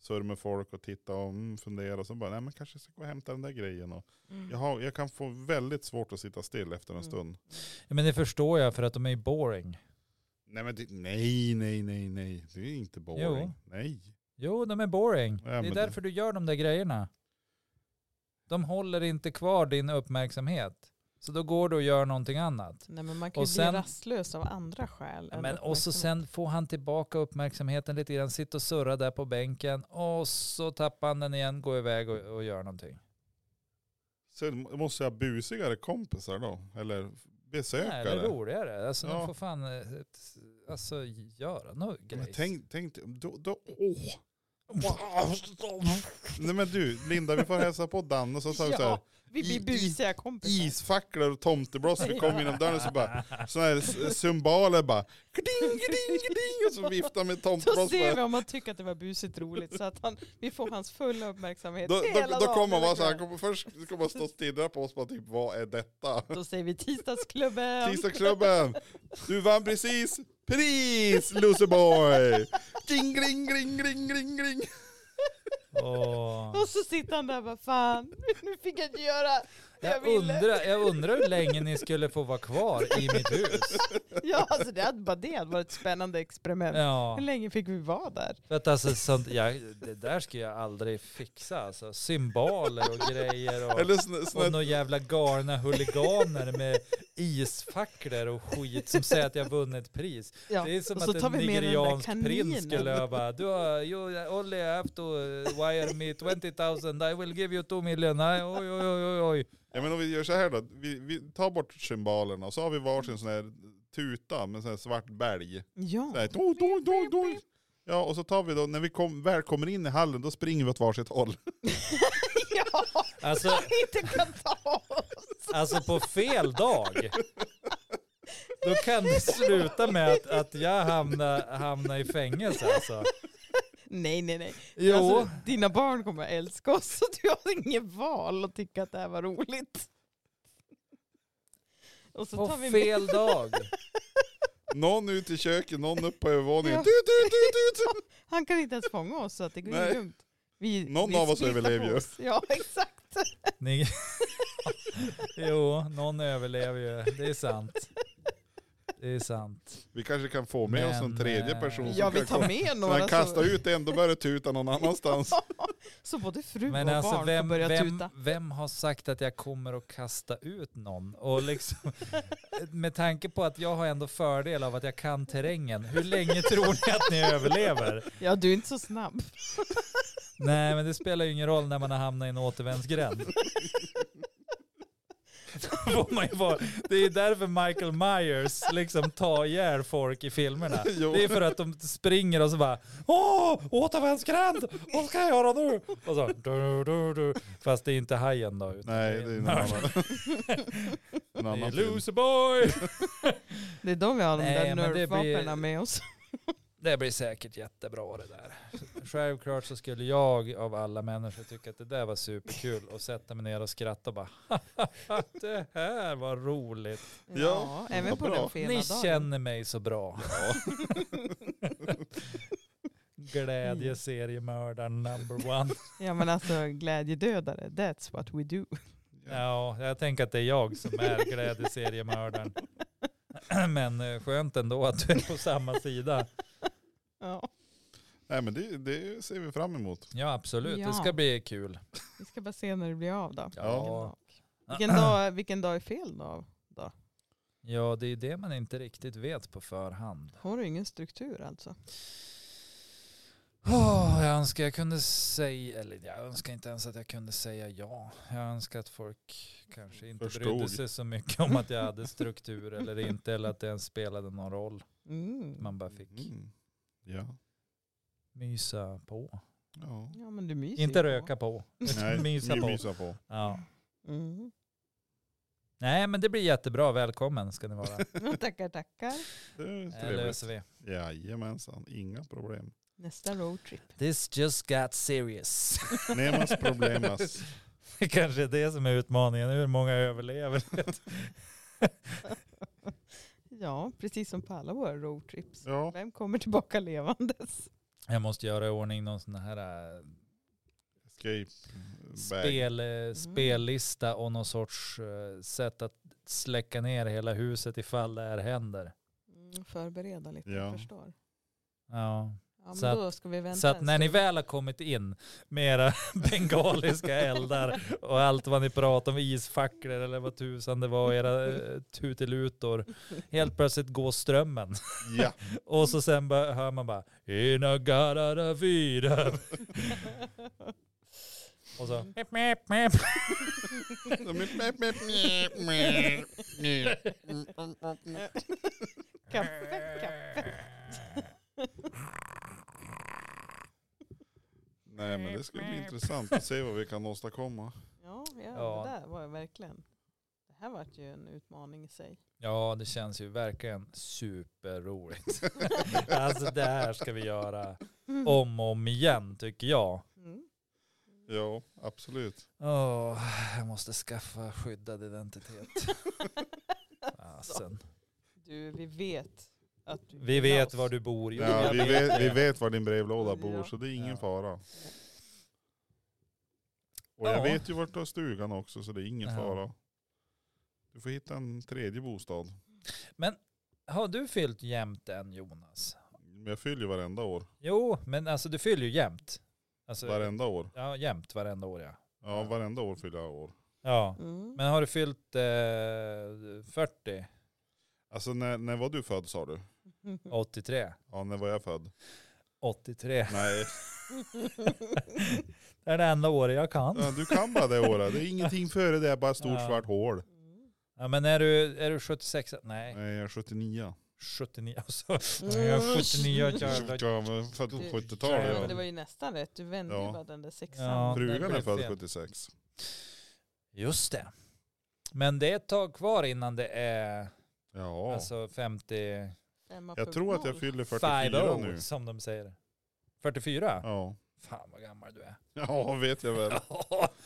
Surr med folk och titta och mm, fundera. Och så bara, nej men kanske jag ska gå och hämta den där grejen. Och
Mm.
jag, har, jag kan få väldigt svårt att sitta still efter en
Mm.
stund.
Ja, Men det förstår jag för att de är ju boring.
Nej men det, nej, nej, nej, nej. Det är inte boring.
Jo.
Nej.
Jo, de är boring.
Ja,
det
men
är
det-
därför du gör de där grejerna. De håller inte kvar din uppmärksamhet. Så då går du och gör någonting annat.
Nej, men man kan
Och
ju
sen-
bli rastlös av andra skäl. än
Men och så
uppmärksamhet.
sen får han tillbaka uppmärksamheten lite grann, sitter och surrar där på bänken och så tappar han den igen, går iväg och, och gör någonting.
Så måste jag ha busigare kompisar då? Eller besökare?
Nej, det är roligare. Alltså de
Ja.
får fan eh, ett- alltså, göra något
Men
grejs.
tänk, tänk, då, då, åh. Nej men du, Linda vi får hälsa på Dan och så sa vi så här,
Ja, vi
i- i-
blir busiga kompisar.
isfacklor och tomtebloss, vi kom genom dörren så bara, sådana här s- cymbaler bara, kding, kding, kding, och så viftar med
Så
tomtebloss.
ser
bara.
vi om han tycker att det var busigt roligt så att han, vi får hans fulla uppmärksamhet
Då, då,
hela
då
dagen
kommer han
hela
vara så här, han
kvällen.
kommer först kommer han stå och stirra på oss bara typ, vad är detta?
Då säger vi tisdagsklubben.
Tisdagsklubben, du vann precis pris loserboy! Ding, gring, gring, gring, gring, gring.
Åh.
Och så sitter han där och bara fan, nu fick jag inte göra det jag
Jag
ville.
undrar, jag undrar hur länge ni skulle få vara kvar i mitt hus.
Ja, alltså det hade, bara det hade varit ett spännande experiment.
Ja.
Hur länge fick vi vara där?
För att alltså, sånt, jag, det där skulle jag aldrig fixa alltså. Symboler och grejer och,
Eller sån, sån här
och några jävla galna huliganer med isfacklor och skit som säger att jag vunnit pris.
Ja.
Det är som
och så
att
tar
en
vi med den där
nigeriansk prins
kaninen.
skulle ha bara, du har, you only have to uh, wire me 20 000, I will give you 2 million, Nej, oj oj oj oj oj.
Ja men om vi gör så här då, vi, vi tar bort cymbalerna och så har vi varsin sån här tuta med sån här svart bälg. Så
Ja,
här, doj, doj, doj, doj. Ja och så tar vi då, när vi kom, väl kommer in i hallen då springer vi åt varsitt håll.
ja
Alltså,
inte kan ta oss.
Alltså på fel dag. Då kan det sluta med att, att jag hamnar, hamnar i fängelse alltså.
Nej, nej, nej.
Jo,
Alltså, dina barn kommer att älska oss så du har inget val att tycka att det här var roligt. Och så tar
på
vi med-
fel dag.
Någon ut i köket, någon upp på övervåningen.
Ja.
Tut, tut, tut, tut.
Han kan inte ens fånga oss så att det går
Nej.
ju dumt. Vi,
Någon
vi
av oss
splittar
överlever
på
ju.
oss. Ja, exakt.
Ni... Jo, någon överlever ju. Det är sant. Det är sant.
Vi kanske kan få med oss en
Men,
tredje
eh,
person
Och
Ja,
som
vi
kan komma.
tar med
När han
några.
kastar ut en då börjar det tuta någon annanstans.
Så både fru
Men
och
alltså
barn
vem,
får börja
vem,
tuta.
vem har sagt att jag kommer att kasta ut någon? Och liksom, med tanke på att jag har ändå fördel av att jag kan terrängen, hur länge tror ni att ni överlever?
Ja, du är inte så snabb.
Nej, men det spelar ju ingen roll när man har hamnat i en återvändsgränd. Då får man ju vara- det är därför Michael Myers liksom tar ihjäl folk i filmerna.
Jo.
Det är för att de springer och så bara Åh, återvändsgränd! Vad ska jag göra nu? Och så du, du, du. Fast det är inte hajen då. Utan
Nej, det är en
mördaren.
annan, en
Det är
annan film.
Loserboy!
Det är då vi har de
Nej,
där
men det blir-
nerfvapnen med oss.
Det blir säkert jättebra det där. Självklart så skulle jag av alla människor tycka att det där var superkul och sätta mig ner och skratta och bara det här var roligt.
Ja,
Ja,
även
vad
på
bra.
den fena
Ni
dagen.
känner mig så bra. Glädje seriemördaren number one.
Ja, men alltså glädjedödare, that's what we do.
Ja, jag tänker att det är jag som är glädje seriemördaren. Men eh, skönt ändå att du är på samma sida.
Ja,
Nej men det, det ser vi fram emot.
Ja, absolut.
Ja.
Det ska bli kul.
vi ska bara se när det blir av då.
Ja,
Vilken dag, vilken dag är fel då?
ja det är ju det man inte riktigt vet på förhand.
Har du ingen struktur alltså?
Åh, Ah, jag önskar jag kunde säga, eller jag önskar inte ens att jag kunde säga ja. Jag önskar att folk kanske inte brydde
Förstod.
sig så mycket om att jag hade struktur eller inte, eller att det ens spelade någon roll.
Mm.
Man bara fick
Mm. Ja.
mysa på.
ja.
Ja, men du myser ju
Inte
på.
röka på.
Nej,
mysa
my-
på.
mysa på.
Ja.
Mm.
Nej, men det blir jättebra. Välkommen ska ni vara.
Ja, Tackar, tackar.
Det är
Det
trevligt.
löser vi.
Jajamensan, inga problem.
Nästa roadtrip.
This just got serious.
Nemas problemas.
Det kanske är det som är utmaningen, hur många överlever.
Ja, precis som på alla våra roadtrips.
Ja.
Vem kommer tillbaka levandes?
Jag måste göra i ordning någon sån här äh,
Escape bag.
spel,
Mm.
eh, spellista och någon sorts eh, sätt att släcka ner hela huset ifall det här händer.
Mm, förbereda lite,
Ja.
jag förstår.
Ja.
Ja, men
Så att-
då ska vi vänta
Så att
en
när ni
stund.
väl har kommit in med era bengaliska eldar och allt vad ni pratar om, isfacklor eller vad tusan det var, era eh, tutelutor. Helt plötsligt går strömmen.
Ja.
Och så sen bara, hör man bara In a garada vida. Och så mep, mep, mep.
De är mep, mep, mep, mep, mep.
Kaffe, kaffe.
Nej men det ska bli intressant att se vad vi kan åstadkomma.
Ja, ja,
Ja.
det där var ju verkligen. Det här vart ju en utmaning i sig.
Ja, det känns ju verkligen superroligt. Alltså det här ska vi göra om och om igen tycker jag.
Mm.
Ja, absolut.
Åh, jag måste skaffa skyddad identitet. Fasen.
Du, vi vet att du
Vi vet var du bor. Jo,
Ja,
jag
vi,
vet
vet, vi
det.
vet var din brevlåda bor
Ja.
så det är
Ja.
ingen fara. Och jag
Ja.
vet ju vart du har stugan också så det är ingen
Ja.
fara. Du får hitta en tredje bostad.
Har du fyllt jämnt än Jonas?
Men Jag fyller ju varenda år.
Jo, men alltså du fyller ju jämnt. Alltså,
Varenda år.
Ja, jämnt varenda år ja.
Ja, varenda år fyller jag år.
ja.
Mm.
Men har du fyllt eh, 40,
Alltså när, när var du född sa du?
Mm.
83,
Ja, när var jag född?
83?
Nej,
Det är det enda året jag kan.
ja, du kan bara det året. Det är ingenting före det, bara ett stort
Alltså. Ja.
svart hål.
Mm.
Ja, men är du, är du 76? Nej,
Nej, jag är 79.
79. Alltså,
Mm.
jag är 79 och jag-
Jag var född på
Du-
Ja,
Ja,
70-talet.
men det
Ja.
var ju nästan rätt. Du vände
Ja.
ju bara den där sexan.
Ja.
Frugan
blev
är född
fel.
76.
Just det. Men det är ett tag kvar innan det är
Ja,
alltså 50
Femma
jag
punkt
tror att
noll.
jag fyller 44 nu.
50 som de säger. 44?
Ja.
Fan vad gammal du är.
ja, vet jag väl.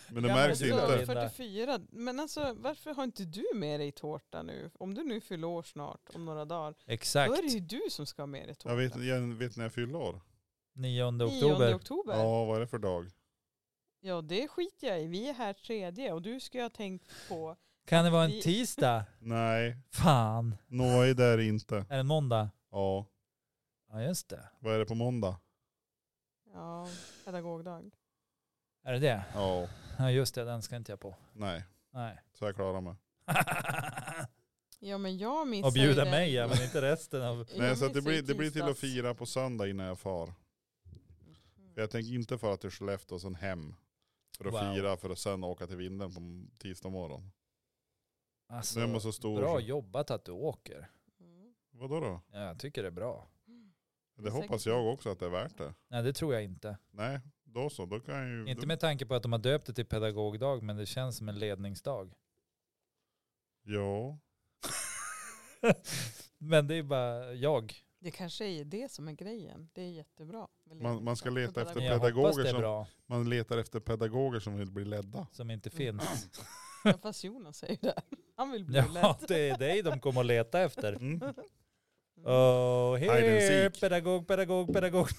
Men det
Ja,
märks
men du
Ja,
har
inte.
ju- Linda.
44. Men alltså varför har inte du med dig tårta nu? Om du nu fyller år snart, om några dagar,
Exakt.
då är det ju du som ska ha med dig tårta.
Jag vet, jag vet när jag fyller år.
9
9
oktober.
oktober. Ja.
Ja, vad är det för dag?
det skiter jag i. Vi är här tredje och du ska ju ha tänkt på...
Kan det vara en
Vi-
tisdag?
Nej,
Fan.
Noa är där inte.
Är det en måndag?
Ja,
Ja just det.
vad är det på måndag?
Ja, pedagogdag.
Är det det?
Ja,
Ja just det, den ska inte jag på.
nej,
Nej.
så jag klarar mig.
Ja men jag missar
Och bjuda
ju
mig
den.
ja, men inte resten av...
Jag
Nej, så att det
missar ju
blir, det blir till att
tisdags.
fira på söndag innan jag far. För Jag tänker inte fara till Skellefteå och sen hem. För att
Wow.
fira för att sen åka till vinden på tisdag morgon.
Alltså,
Så jag måste stå
bra
och...
jobbat att du åker.
Mm.
Vadå då?
Ja, jag tycker det är bra.
Det
Säkert.
hoppas jag också att det är värt det.
Nej det tror jag inte.
Nej, då så. Mm, Då kan jag ju...
Inte med tanke på att de har döpt det till pedagogdag men det känns som en ledningsdag.
Ja.
men det är bara jag.
Det kanske är det som är grejen. Det är jättebra. med
Man- man ska
ledningsdag.
leta
För
efter
Men
pedagog-
jag hoppas
pedagoger
det är
som-
bra.
Man letar efter pedagoger som vill bli ledda.
Som inte finns.
Ja, Fast Jonas säger det. Han vill bli
Ja,
ledd.
det är dig de kommer att leta efter.
Mm.
Oh,
Hide and
here,
seek.
pedagog, pedagog, pedagog.
Kursi,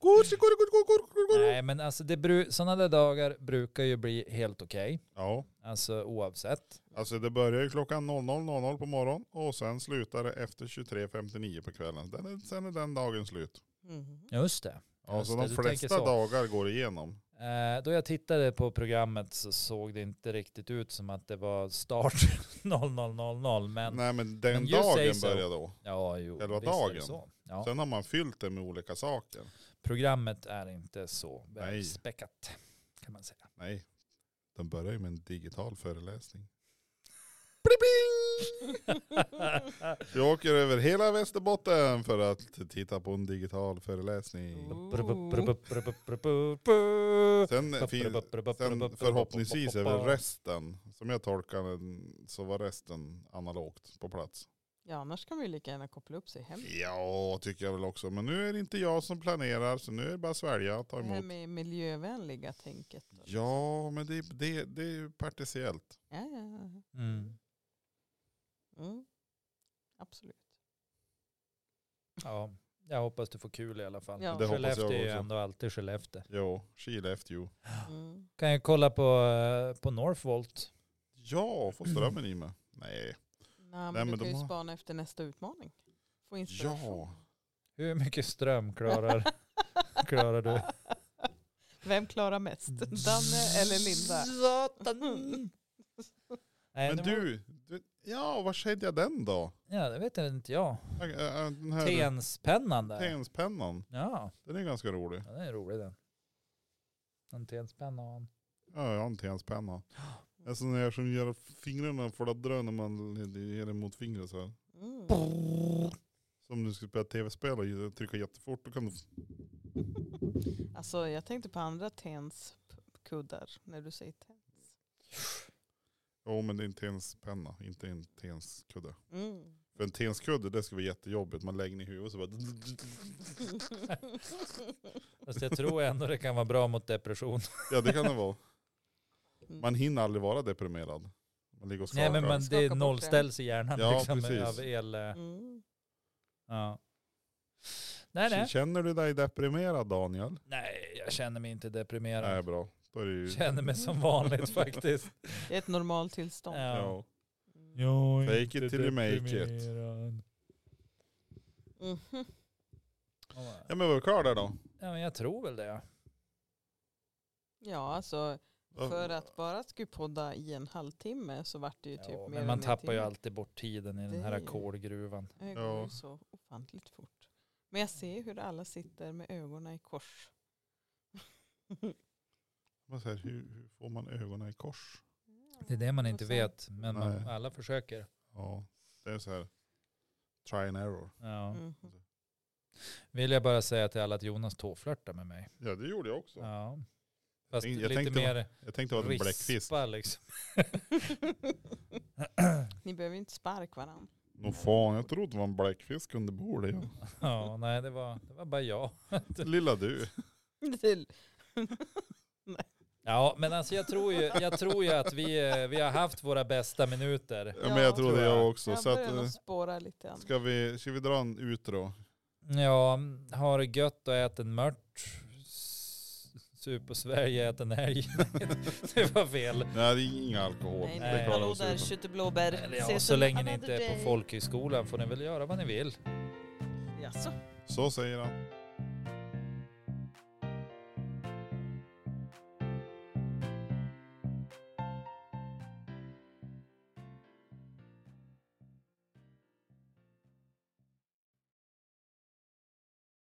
kursi, kursi, kursi, kursi, kursi.
Nej, men alltså det bru- sådana där dagar brukar ju bli helt okej.
Ja,
Alltså oavsett.
alltså det börjar ju klockan 00.00 på morgon och sen slutar det efter 23.59 på kvällen. Den är, sen är den dagen slut.
Mhm.
Just det.
Ja,
Just
så
det,
de
du tänker
flesta
så.
dagar går igenom.
Eh, då jag tittade på programmet så såg det inte riktigt ut som att det var start 00.00. Men
Nej men den
men you say
dagen
so.
börjar då.
ja, jo.
Själva
visst är det
dagen.
så. Ja,
Sen har man fyllt det med olika saker.
programmet är inte så
Nej.
välspäckat kan man säga.
Nej, den börjar ju med en digital föreläsning. Jag åker över hela Västerbotten för att titta på en digital föreläsning.
Mm.
Sen, fin, sen förhoppningsvis är väl resten, som jag tolkar den, så var resten analogt på plats.
Ja, annars kan vi ju lika gärna koppla upp sig hem.
Ja, tycker jag väl också. Men nu är det inte jag som planerar, så nu är det bara att svälja och ta
Det här
emot.
med miljövänliga tänket. då.
Ja, men det, det, det är ju partiellt.
Ja, ja, ja.
Mm.
Mm. Absolut.
Ja, jag hoppas du får kul i alla fall.
Ja. Det
hoppas jag
Skellefteå är ju
också.
ändå alltid Skellefteå.
Jo, Skellefteå.
Mm.
Kan jag kolla på, eh, på Northvolt?
Ja, får strömmen i mig. Nej.
Nej, men
Nej,
du kan
men de
ju
har-
spana efter nästa utmaning. Få inspiration.
Ja.
Hur mycket ström klarar, klarar du?
Vem klarar mest? Danne eller Linda?
Satan. Mm. Nej,
Men
det var-
du, du, ja, var skedde jag den då?
Ja, det vet jag inte jag.
Äh, äh, Den här
Tenspennan där.
Tenspennan,
Ja,
den är ganska rolig.
ja, den är rolig den. En tenspenna och en...
Ja, jag har en Tenspenna. En sån här som gör fingrarna fladdrar när man ger den mot fingret så här.
Mm.
Som om du skulle spela tv-spel och trycka jättefort, då kan du...
Alltså jag tänkte på andra tens kuddar när du säger tens.
Jo, men det är en Tenspenna, inte en Tenskudde.
Mm.
För en tenskudde, det skulle vara jättejobbigt. Man lägger den i huvudet så bara...
Fast jag tror ändå det kan vara bra mot depression.
Ja, det kan det vara. Man hinner aldrig vara deprimerad. Man ligger och skakar.
Nej men man,
Skaka bort
det
den.
nollställs i hjärnan
Ja,
liksom
precis.
av el. eh,
Mm.
Ja. Nej, nej.
Känner du dig deprimerad Daniel?
nej, jag känner mig inte
Nej,
deprimerad.
bra. Då är det ju...
Känner mig som vanligt faktiskt.
Det är ett normalt tillstånd.
Ja.
Ja.
Mm.
Jag är
Fake
inte
it till you make it.
deprimerad.
Mhm.
ja, men var du klar där då?
Ja, men jag tror väl det.
Ja, alltså för att bara skulle podda i en halvtimme så vart det ju typ mer
Ja, men
än
man
en
tappar ju
timme.
alltid bort tiden i den
Det
här
är ju-
kolgruvan.
Det
Ja.
går ju så ofantligt fort. Men jag ser hur alla sitter med ögonen i kors.
Man säger, hur, hur får man ögonen i kors?
Det är det man inte
Och sen-
vet, men man,
Nej.
alla försöker.
Ja, det är så här. Try and error.
Ja.
Mhm.
Vill jag bara säga till alla att Jonas tåflörtar med mig.
Ja, det gjorde jag också.
Ja. Fast
Jag
lite
tänkte-
mer
Jag tänkte vara en bläckfisk.
rispa liksom.
Ni behöver ju inte sparka varandra.
Nå fan, jag trodde det var en bläckfisk under bordet. Ja.
Ja, nej det var, det var bara jag.
Lilla du.
Ja, men alltså jag tror ju, jag tror ju att vi, eh, vi har haft våra bästa minuter.
Ja, men jag
tror
trodde
jag.
jag också.
jag
Så att,
börjar
eh,
nog spåra lite grann.
ska, vi, ska vi dra en utro?
Ja, har det gött och ät en mört. S- Sup på Sverige, ät en älg. Det var fel.
Nej, det är ingen alkohol.
Nej,
nej.
Det
nej.
klarar vi
Hallå
oss
där
utan.
kötteblåbär.
Eller ja, så länge ni inte är på folkhögskolan får ni väl göra vad ni vill.
Jaså?
Så säger han.